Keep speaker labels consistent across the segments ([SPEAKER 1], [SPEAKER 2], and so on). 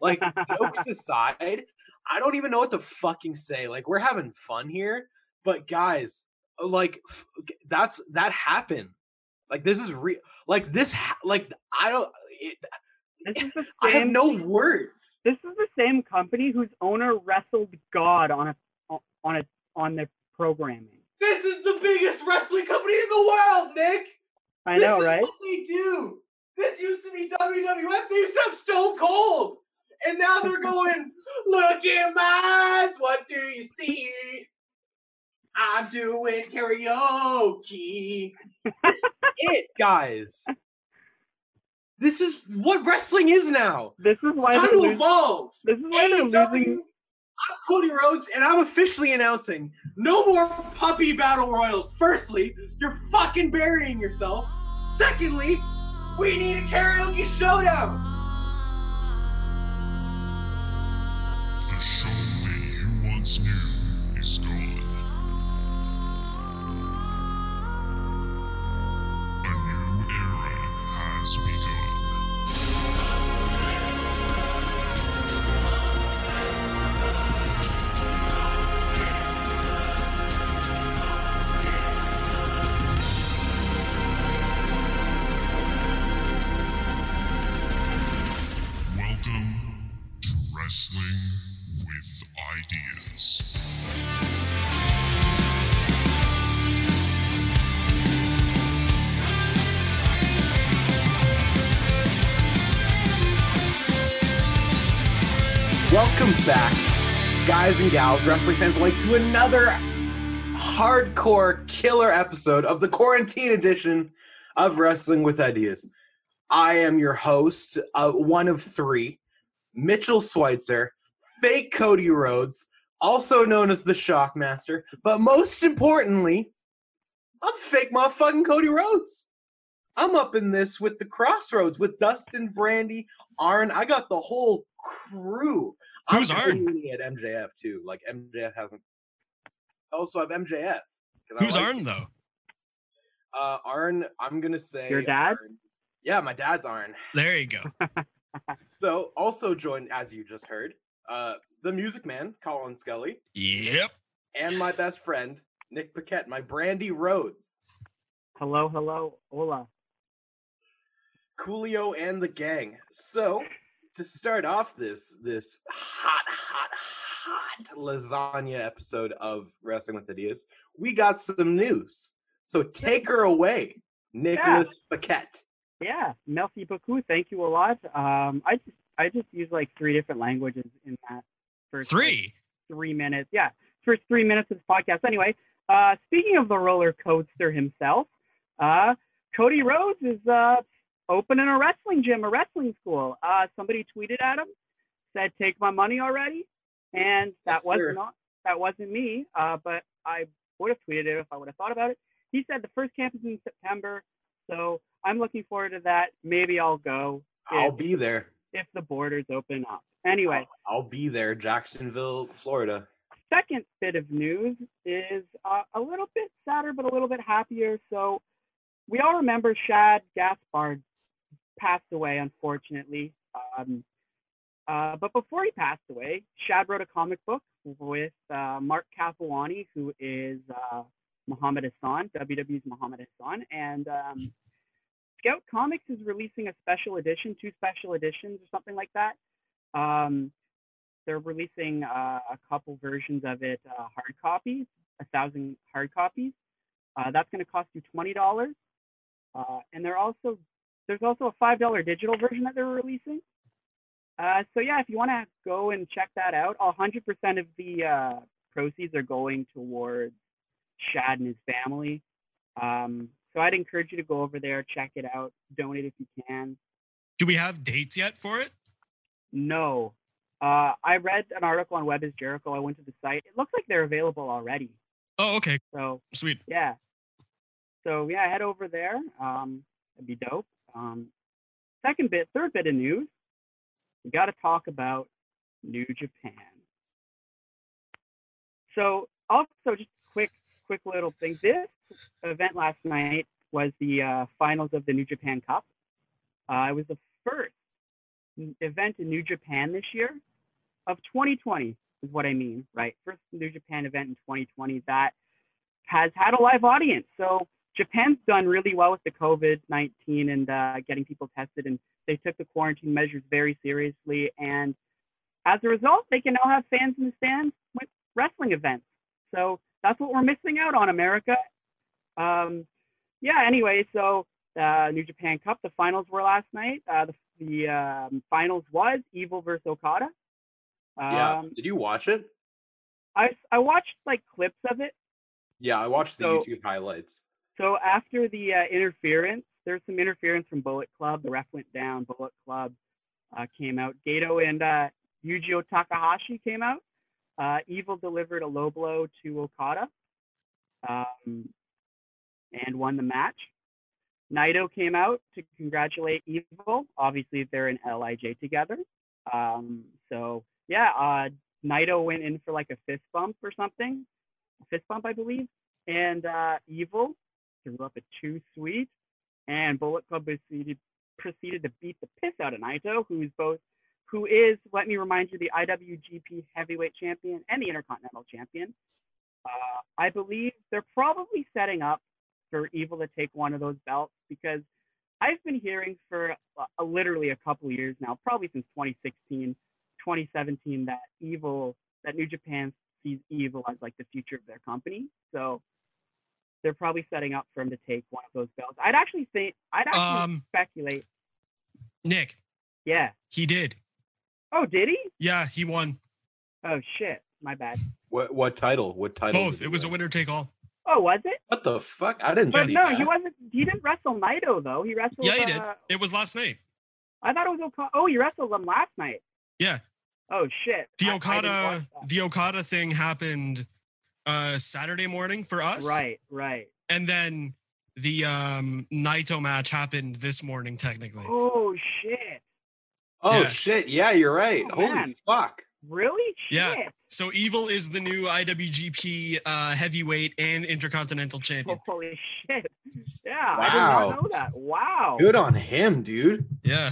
[SPEAKER 1] Like jokes aside, I don't even know what to fucking say. Like we're having fun here, but guys, like f- that's that happened. Like this is real. Like this. Ha- like I don't. It,
[SPEAKER 2] This is the same,
[SPEAKER 1] I have no words.
[SPEAKER 2] This is the same company whose owner wrestled God on a on a on their programming.
[SPEAKER 1] This is the biggest wrestling company in the world, Nick.
[SPEAKER 2] I
[SPEAKER 1] this
[SPEAKER 2] know,
[SPEAKER 1] is
[SPEAKER 2] right?
[SPEAKER 1] What they do. This used to be WWF. They used to have Stone Cold, and now they're going. Look in my eyes. What do you see? I'm doing karaoke. That's it, guys. This is what wrestling is now.
[SPEAKER 2] This is
[SPEAKER 1] It's
[SPEAKER 2] why
[SPEAKER 1] time
[SPEAKER 2] they're
[SPEAKER 1] to
[SPEAKER 2] losing.
[SPEAKER 1] evolve.
[SPEAKER 2] This is why they're
[SPEAKER 1] AEW,
[SPEAKER 2] losing.
[SPEAKER 1] I'm Cody Rhodes, and I'm officially announcing no more puppy battle royals. Firstly, you're fucking burying yourself. Secondly, we need a karaoke showdown.
[SPEAKER 3] The show that you once knew is gone. A new era has begun. Welcome to Wrestling with Ideas.
[SPEAKER 1] Welcome back, guys and gals, wrestling fans alike, to another hardcore killer episode of the quarantine edition of Wrestling with Ideas. I am your host, uh, one of three, Mitchell Schweitzer, fake Cody Rhodes, also known as the Shockmaster, but most importantly, I'm fake motherfucking Cody Rhodes. I'm up in this with the Crossroads, with Dustin, Brandy, Arn. I got the whole crew.
[SPEAKER 4] Who's
[SPEAKER 1] I'm
[SPEAKER 4] Arn?
[SPEAKER 1] completely at MJF too. Like MJF hasn't. Also, I have MJF. 'cause I
[SPEAKER 4] Who's
[SPEAKER 1] like
[SPEAKER 4] Arn
[SPEAKER 1] him.
[SPEAKER 4] though?
[SPEAKER 1] Uh, Arn, I'm gonna say
[SPEAKER 2] Your dad?
[SPEAKER 1] Arn. Yeah, my dad's Arn.
[SPEAKER 4] There you go.
[SPEAKER 1] So also joined, as you just heard, uh, the Music Man, Colin Scully,
[SPEAKER 4] Yep.
[SPEAKER 1] and my best friend Nick Paquette, my Brandy Rhodes,
[SPEAKER 2] Hello, hello, hola.
[SPEAKER 1] Coolio, and the gang. So to start off this this hot, hot, hot lasagna episode of Wrestling with Ideas, we got some news. So take her away, Nicholas Paquette.
[SPEAKER 2] Yeah, merci beaucoup. Thank you a lot. Um, I just I just use like three different languages in that first like,
[SPEAKER 4] Three.
[SPEAKER 2] three minutes. Yeah, first three minutes of this podcast. Anyway, uh, speaking of the roller coaster himself, uh, Cody Rhodes is uh, opening a wrestling gym, a wrestling school. Uh, somebody tweeted at him, said, "Take my money already," and that
[SPEAKER 1] Yes,
[SPEAKER 2] was
[SPEAKER 1] sir.
[SPEAKER 2] not that wasn't me, uh, but I would have tweeted it if I would have thought about it. He said the first camp is in September, so I'm looking forward to that. Maybe I'll go
[SPEAKER 1] I'll be there.
[SPEAKER 2] if the borders open up. Anyway,
[SPEAKER 1] I'll be there, Jacksonville, Florida.
[SPEAKER 2] second bit of news is uh, a little bit sadder, but a little bit happier. So we all remember Shad Gaspard passed away, unfortunately. Um, uh, but before he passed away, Shad wrote a comic book with uh, Mark Capuani, who is uh, Muhammad Hassan, WWE's Muhammad Hassan, and um, Scout Comics is releasing a special edition, two special editions, or something like that. Um, they're releasing uh, a couple versions of it uh, hard copies, a thousand hard copies. Uh, that's going to cost you twenty dollars, uh, and they're also there's also a five dollar digital version that they're releasing. Uh, so yeah, if you want to go and check that out, hundred percent of the uh, proceeds are going towards Shad and his family. Um, so I'd encourage you to go over there, check it out, donate if you can.
[SPEAKER 4] Do we have dates yet for it?
[SPEAKER 2] No. Uh, I read an article on Web is Jericho. I went to the site. It looks like they're available already.
[SPEAKER 4] Oh, okay.
[SPEAKER 2] So
[SPEAKER 4] Sweet.
[SPEAKER 2] yeah. So yeah, head over there. Um, that'd be dope. Um, second bit, third bit of news. We got to talk about New Japan. So also just quick, quick little thing. This event last night was the uh, finals of the New Japan Cup. Uh, it was the first event in New Japan this year of 2020 is what I mean, right? First New Japan event in 2020 that has had a live audience. So Japan's done really well with the COVID 19 and uh, getting people tested, and they took the quarantine measures very seriously. And as a result, they can now have fans in the stands with wrestling events. So that's what we're missing out on, America. Um, yeah, anyway, so uh, New Japan Cup, the finals were last night. Uh, the the um, finals was Evil versus Okada. Um,
[SPEAKER 1] yeah. Did you watch it?
[SPEAKER 2] I, I watched like clips of it.
[SPEAKER 1] Yeah, I watched the
[SPEAKER 2] So-
[SPEAKER 1] YouTube highlights.
[SPEAKER 2] So after the uh, interference, there's some interference from Bullet Club. The ref went down. Bullet Club uh, came out. Gato and uh, Yujiro Takahashi came out. Uh, Evil delivered a low blow to Okada um, and won the match. Naito came out to congratulate Evil. Obviously, they're in LIJ together. Um, so, yeah, uh, Naito went in for like a fist bump or something, fist bump, I believe. And uh, Evil threw up a two sweet, and Bullet Club proceeded, proceeded to beat the piss out of Naito, who is both, who is, let me remind you, the IWGP Heavyweight Champion and the Intercontinental Champion. Uh, I believe they're probably setting up for Evil to take one of those belts because I've been hearing for uh, literally a couple years now, probably since 2016, 2017, that Evil, that New Japan sees Evil as like the future of their company. So they're probably setting up for him to take one of those belts. I'd actually think, I'd actually
[SPEAKER 4] Um,
[SPEAKER 2] speculate.
[SPEAKER 4] Nick,
[SPEAKER 2] Yeah.
[SPEAKER 4] he did.
[SPEAKER 2] Oh, did he?
[SPEAKER 4] Yeah, he won
[SPEAKER 2] Oh shit, my bad.
[SPEAKER 1] What what title? What title?
[SPEAKER 4] both.
[SPEAKER 1] did
[SPEAKER 4] It
[SPEAKER 1] he
[SPEAKER 4] was a
[SPEAKER 1] win?
[SPEAKER 4] winner take all.
[SPEAKER 2] Oh, was it?
[SPEAKER 1] What the fuck? I didn't
[SPEAKER 2] But
[SPEAKER 1] see
[SPEAKER 2] no,
[SPEAKER 1] that.
[SPEAKER 2] he wasn't. He didn't wrestle Naito though. He wrestled.
[SPEAKER 4] Yeah, he did.
[SPEAKER 2] uh,
[SPEAKER 4] It was last night.
[SPEAKER 2] I thought it was Okada. Oh, you wrestled them last night.
[SPEAKER 4] Yeah.
[SPEAKER 2] Oh shit. I-
[SPEAKER 4] The
[SPEAKER 2] I didn't watch
[SPEAKER 4] Okada,
[SPEAKER 2] that.
[SPEAKER 4] the Okada thing happened uh Saturday morning for us.
[SPEAKER 2] Right, right.
[SPEAKER 4] And then the um Naito match happened this morning technically.
[SPEAKER 2] Oh shit.
[SPEAKER 1] oh
[SPEAKER 4] Yeah.
[SPEAKER 1] shit! Yeah, you're right.
[SPEAKER 2] Oh,
[SPEAKER 1] Holy
[SPEAKER 2] man.
[SPEAKER 1] fuck!
[SPEAKER 2] Really? Shit.
[SPEAKER 4] Yeah. So Evil is the new IWGP uh heavyweight and intercontinental champion.
[SPEAKER 2] Holy shit. Yeah. I did not
[SPEAKER 1] Wow.
[SPEAKER 2] know that. Wow.
[SPEAKER 1] Good on him, dude.
[SPEAKER 4] Yeah.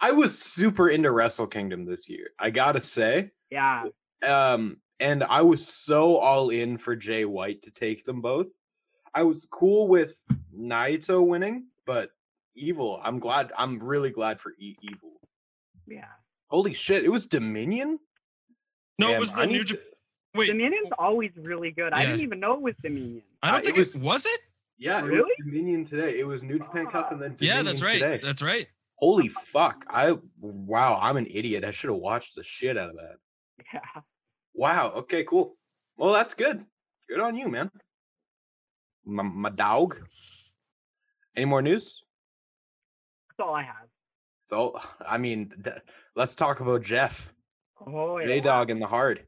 [SPEAKER 1] I was super into Wrestle Kingdom this year. I gotta say,
[SPEAKER 2] Yeah.
[SPEAKER 1] um, and I was so all in for Jay White to take them both. I was cool with Naito winning, but Evil. I'm glad. I'm really glad for e- Evil.
[SPEAKER 2] Yeah.
[SPEAKER 1] Holy shit! It was Dominion.
[SPEAKER 4] No,
[SPEAKER 1] Damn,
[SPEAKER 4] it was
[SPEAKER 1] I
[SPEAKER 4] the
[SPEAKER 1] need
[SPEAKER 4] new
[SPEAKER 1] to-
[SPEAKER 4] Japan. Wait,
[SPEAKER 2] Dominion's always really good. I
[SPEAKER 4] Yeah.
[SPEAKER 2] didn't even know it was Dominion.
[SPEAKER 4] I
[SPEAKER 1] Uh,
[SPEAKER 4] don't
[SPEAKER 1] it
[SPEAKER 4] think
[SPEAKER 1] was-
[SPEAKER 4] it was it?
[SPEAKER 1] Yeah, it was
[SPEAKER 2] Really?
[SPEAKER 1] Dominion today. It was New Japan Cup and then Dominion
[SPEAKER 4] Yeah, that's right.
[SPEAKER 1] Today.
[SPEAKER 4] That's right.
[SPEAKER 1] Holy fuck! I wow, I'm an idiot. I should have watched the shit out of that.
[SPEAKER 2] Yeah.
[SPEAKER 1] Wow. Okay. Cool. Well, that's good. Good on you, man. My, my dog. Any more news?
[SPEAKER 2] That's all I have.
[SPEAKER 1] So, I mean, th- let's talk about Jeff,
[SPEAKER 2] Oh yeah.
[SPEAKER 1] J Dog, and the Hard.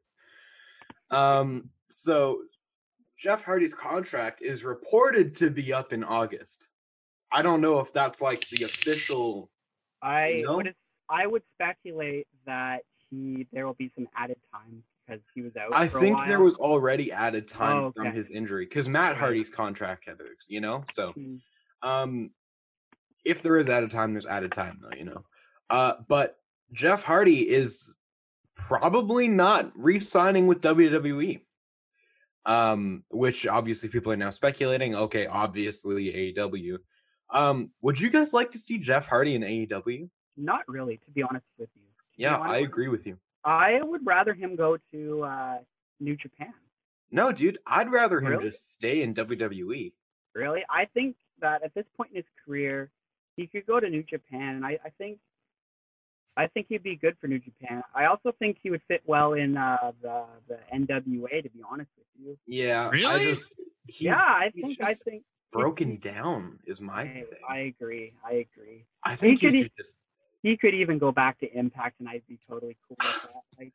[SPEAKER 1] Um. So, Jeff Hardy's contract is reported to be up in August. I don't know if that's like the official.
[SPEAKER 2] I
[SPEAKER 1] You know?
[SPEAKER 2] would es- I would speculate that he there will be some added time because he was out.
[SPEAKER 1] I
[SPEAKER 2] for a
[SPEAKER 1] think there
[SPEAKER 2] while.
[SPEAKER 1] was already added time
[SPEAKER 2] Oh,
[SPEAKER 1] from
[SPEAKER 2] okay.
[SPEAKER 1] his injury because Matt
[SPEAKER 2] Right.
[SPEAKER 1] Hardy's contract had, ex- you know. So,
[SPEAKER 2] Hmm.
[SPEAKER 1] um, if there is added time, there's added time though, you know. Uh, but Jeff Hardy is probably not re-signing with WWE. Um, which obviously people are now speculating. Okay, obviously AEW. Um, would you guys like to see Jeff Hardy in AEW?
[SPEAKER 2] Not really, to be honest with you. To be
[SPEAKER 1] Yeah,
[SPEAKER 2] honest
[SPEAKER 1] I
[SPEAKER 2] with
[SPEAKER 1] agree with you.
[SPEAKER 2] I would rather him go to uh, New Japan.
[SPEAKER 1] No, dude, I'd rather him
[SPEAKER 2] Really?
[SPEAKER 1] just stay in E. WWE.
[SPEAKER 2] Really, I think that at this point in his career, he could go to New Japan, and I, I think, I think he'd be good for New Japan. I also think he would fit well in uh, the the NWA. To be honest with you,
[SPEAKER 1] Yeah. I
[SPEAKER 4] Really?
[SPEAKER 1] just- he's-
[SPEAKER 2] yeah, I
[SPEAKER 1] he's
[SPEAKER 2] think I
[SPEAKER 1] just
[SPEAKER 2] think
[SPEAKER 1] broken down is my
[SPEAKER 2] I,
[SPEAKER 1] thing.
[SPEAKER 2] I agree. I agree.
[SPEAKER 1] I think he
[SPEAKER 2] could e-
[SPEAKER 1] should just
[SPEAKER 2] He could even go back to Impact, and I'd be totally cool with that. Like,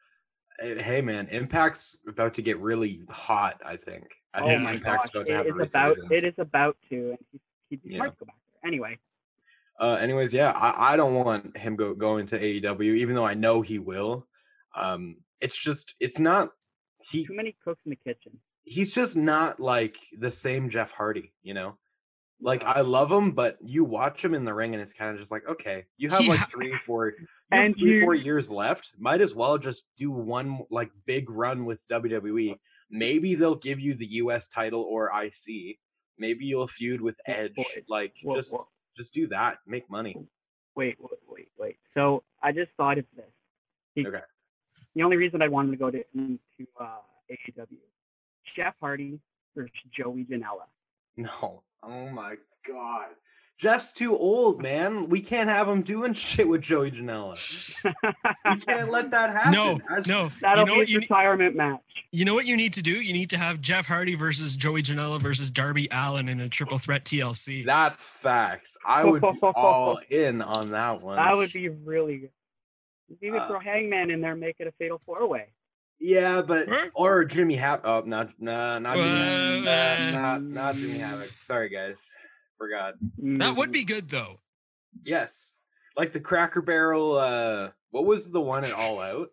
[SPEAKER 1] Uh, Hey man, Impact's about to get really hot. I think. I
[SPEAKER 2] oh
[SPEAKER 1] think
[SPEAKER 2] my gosh,
[SPEAKER 1] Impact's about
[SPEAKER 2] it
[SPEAKER 1] to have a
[SPEAKER 2] is about
[SPEAKER 1] resurgence.
[SPEAKER 2] it is about to, and he, he'd be
[SPEAKER 1] Yeah.
[SPEAKER 2] smart to go back there. Anyway,
[SPEAKER 1] Uh, anyways, yeah, I, I don't want him go going to AEW, even though I know he will. Um, it's just it's not he
[SPEAKER 2] too many cooks in the kitchen.
[SPEAKER 1] he's just not like the same Jeff Hardy, you know. Like I love him, but you watch him in the ring, and it's kind of just like, okay, you have
[SPEAKER 4] He
[SPEAKER 1] like
[SPEAKER 4] ha-
[SPEAKER 1] three, four, you have
[SPEAKER 2] And
[SPEAKER 1] three,
[SPEAKER 2] you-
[SPEAKER 1] four years left. Might as well just do one like big run with WWE. Maybe they'll give you the U.S. title or IC. Maybe you'll feud with
[SPEAKER 2] Oh,
[SPEAKER 1] Edge.
[SPEAKER 2] boy.
[SPEAKER 1] Like
[SPEAKER 2] Whoa,
[SPEAKER 1] just
[SPEAKER 2] whoa.
[SPEAKER 1] just do that. Make money.
[SPEAKER 2] Wait, wait, wait, wait. So I just thought of this. He-
[SPEAKER 1] Okay.
[SPEAKER 2] The only reason I wanted to go to to uh, AEW, Jeff Hardy versus Joey Janela.
[SPEAKER 1] No. Oh my god. Jeff's too old, man. We can't have him doing shit with Joey Janela. We can't let that happen.
[SPEAKER 4] No,
[SPEAKER 1] That's-
[SPEAKER 4] no.
[SPEAKER 2] That'll
[SPEAKER 4] you know
[SPEAKER 2] be
[SPEAKER 4] what
[SPEAKER 2] his
[SPEAKER 4] you ne-
[SPEAKER 2] retirement match.
[SPEAKER 4] you know what you need to do? You need to have Jeff Hardy versus Joey Janela versus Darby Allen in a triple threat TLC.
[SPEAKER 1] That's facts. I would be all in on that one.
[SPEAKER 2] That would be really good. You could
[SPEAKER 1] Uh,
[SPEAKER 2] throw Hangman in there, and make it a fatal four way.
[SPEAKER 1] Yeah, but
[SPEAKER 4] Huh?
[SPEAKER 1] or Jimmy Havoc. Oh, not nah, not Jimmy Havoc.
[SPEAKER 4] Uh,
[SPEAKER 1] Nah, not, not Jimmy Havoc. Sorry, guys. Forgot.
[SPEAKER 4] That would be good though.
[SPEAKER 1] Yes, like the Cracker Barrel. uh What was the one at All Out?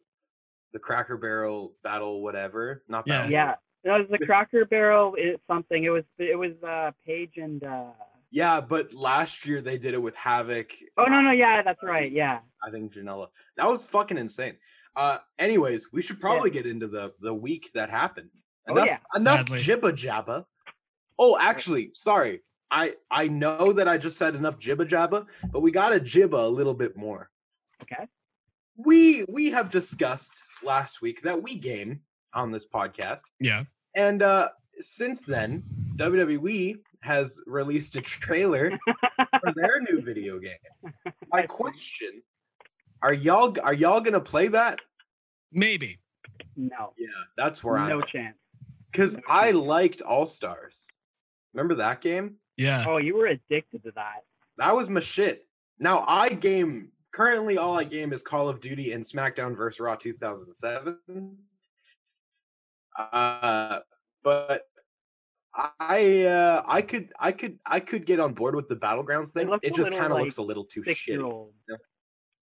[SPEAKER 1] The Cracker Barrel battle, whatever. Not
[SPEAKER 4] Yeah.
[SPEAKER 1] that.
[SPEAKER 2] Yeah, that was the Cracker Barrel. It, something. It was. It was uh, Page and. Uh,
[SPEAKER 1] Yeah, but last year they did it with Havoc.
[SPEAKER 2] oh no no yeah that's right yeah
[SPEAKER 1] I think Janela. That was fucking insane. Uh, anyways, we should probably get into the the week that happened.
[SPEAKER 2] Oh,
[SPEAKER 1] Enough,
[SPEAKER 2] yeah.
[SPEAKER 1] enough
[SPEAKER 4] Sadly.
[SPEAKER 1] jibba jabba. Oh, actually, sorry. I I know that I just said enough jibba jabba, but we gotta jibba a little bit more.
[SPEAKER 2] okay
[SPEAKER 1] We we have discussed last week that we game on this podcast,
[SPEAKER 4] Yeah.
[SPEAKER 1] and uh since then, WWE has released a trailer for their new video game. My question: Are y'all are y'all gonna play that?
[SPEAKER 4] Maybe.
[SPEAKER 2] no
[SPEAKER 1] Yeah, that's where
[SPEAKER 2] no
[SPEAKER 1] I'm.
[SPEAKER 2] chance
[SPEAKER 1] Because
[SPEAKER 2] no
[SPEAKER 1] I
[SPEAKER 2] chance.
[SPEAKER 1] liked All Stars. Remember that game?
[SPEAKER 4] Yeah.
[SPEAKER 2] oh you were addicted to that
[SPEAKER 1] That was my shit. Now I game currently all I game is Call of Duty and SmackDown vs. Raw 2007. Uh, but I uh, I could I could I could get on board with the battlegrounds thing.
[SPEAKER 2] looks
[SPEAKER 1] It,
[SPEAKER 2] a
[SPEAKER 1] just
[SPEAKER 2] little,
[SPEAKER 1] kind of
[SPEAKER 2] like,
[SPEAKER 1] looks a little too
[SPEAKER 2] six
[SPEAKER 1] shitty.
[SPEAKER 2] year old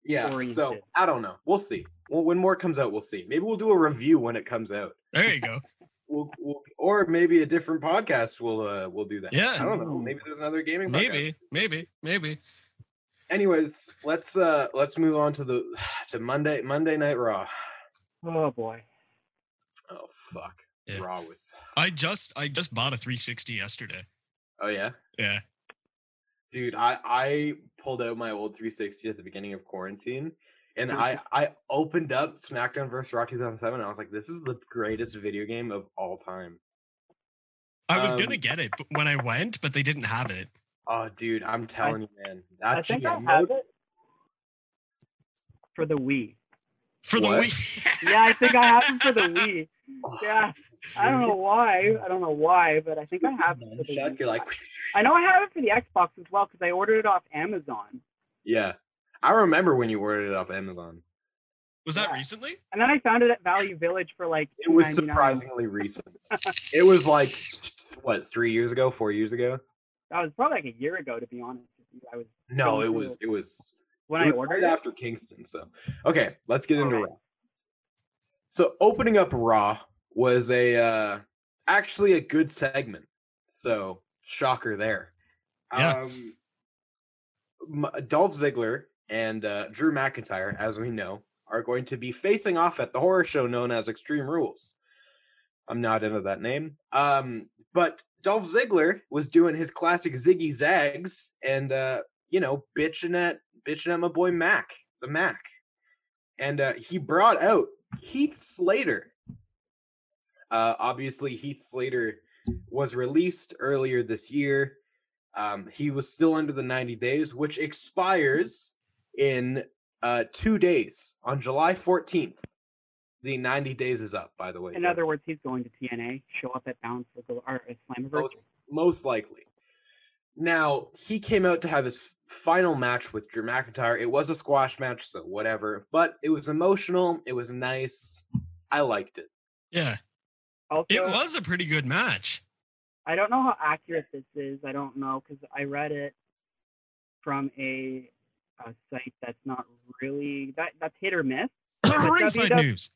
[SPEAKER 1] Yeah, so
[SPEAKER 2] oriented.
[SPEAKER 1] I don't know. We'll see. Well, when more comes out, we'll see. Maybe we'll do a review when it comes out.
[SPEAKER 4] There you go.
[SPEAKER 1] We'll, we'll, or maybe a different podcast will uh, will do that.
[SPEAKER 4] Yeah.
[SPEAKER 1] I don't know.
[SPEAKER 2] Ooh.
[SPEAKER 1] Maybe there's another gaming. podcast.
[SPEAKER 4] Maybe. Maybe. Maybe.
[SPEAKER 1] Anyways, let's uh let's move on to the to Monday Monday Night Raw.
[SPEAKER 2] oh boy
[SPEAKER 1] Oh fuck,
[SPEAKER 4] Yeah.
[SPEAKER 1] Raw was.
[SPEAKER 4] I just I just bought a 360 yesterday.
[SPEAKER 1] Oh yeah,
[SPEAKER 4] Yeah.
[SPEAKER 1] dude. I I pulled out my old 360 at the beginning of quarantine, and I I opened up SmackDown vs. Raw 2007. And I was like, this is the greatest video game of all time.
[SPEAKER 4] I was
[SPEAKER 1] Um,
[SPEAKER 4] gonna get it but when I went, but they didn't have it.
[SPEAKER 1] Oh, dude, I'm telling you, man. That
[SPEAKER 2] I think I
[SPEAKER 1] GM
[SPEAKER 2] have
[SPEAKER 1] mode-
[SPEAKER 2] it for the Wii
[SPEAKER 4] For the
[SPEAKER 1] What?
[SPEAKER 4] week.
[SPEAKER 2] yeah I think I have it for the Wii
[SPEAKER 1] Oh,
[SPEAKER 2] yeah I don't know why I don't know why but I think I have it for the
[SPEAKER 1] Nunchuck,
[SPEAKER 2] Wii.
[SPEAKER 1] You're like,
[SPEAKER 2] I know I have it for the Xbox as well because I ordered it off Amazon
[SPEAKER 1] yeah. I remember when you ordered it off Amazon.
[SPEAKER 4] Was that
[SPEAKER 2] Yeah.
[SPEAKER 4] recently?
[SPEAKER 2] and then I found it at Value Village for like
[SPEAKER 1] It was
[SPEAKER 2] $2.99.
[SPEAKER 1] surprisingly recent. it was like th- what three years ago, four years ago.
[SPEAKER 2] That was probably like a year ago to be honest with you. I was
[SPEAKER 1] No,
[SPEAKER 2] Going
[SPEAKER 1] it
[SPEAKER 2] through
[SPEAKER 1] was
[SPEAKER 2] it.
[SPEAKER 1] it was
[SPEAKER 2] when
[SPEAKER 1] it
[SPEAKER 2] I
[SPEAKER 1] was
[SPEAKER 2] ordered
[SPEAKER 1] right
[SPEAKER 2] it.
[SPEAKER 1] after Kingston. So okay, let's get into
[SPEAKER 2] Alright.
[SPEAKER 1] Raw. So opening up Raw was a uh, actually a good segment. So shocker there.
[SPEAKER 4] Yeah.
[SPEAKER 1] Um, M- Dolph Ziggler and uh, Drew McIntyre, as we know, are going to be facing off at the horror show known as Extreme Rules. I'm not into that name. Um, but Dolph Ziggler was doing his classic ziggy zags and uh, you know, bitching at bitching at my boy Mac, the Mac. And uh, he brought out Heath Slater. Uh, obviously Heath Slater was released earlier this year. Um, he was still under the 90 days, which expires in uh, two days on July 14th. The 90 days is up, by the way.
[SPEAKER 2] In
[SPEAKER 1] Jeff.
[SPEAKER 2] other words, he's going to TNA, show up at Bound for Glo- or at Slammiversary.
[SPEAKER 1] most most likely. Now he came out to have his f- final match with Drew McIntyre. It was a squash match, so whatever. But it was emotional. It was nice. I liked it.
[SPEAKER 4] Yeah.
[SPEAKER 2] Also,
[SPEAKER 4] It was a pretty good match.
[SPEAKER 2] I don't know how accurate this is. I don't know because I read it from a, a site that's not really that that's hit or miss. But
[SPEAKER 4] Ringside
[SPEAKER 2] WW
[SPEAKER 4] news.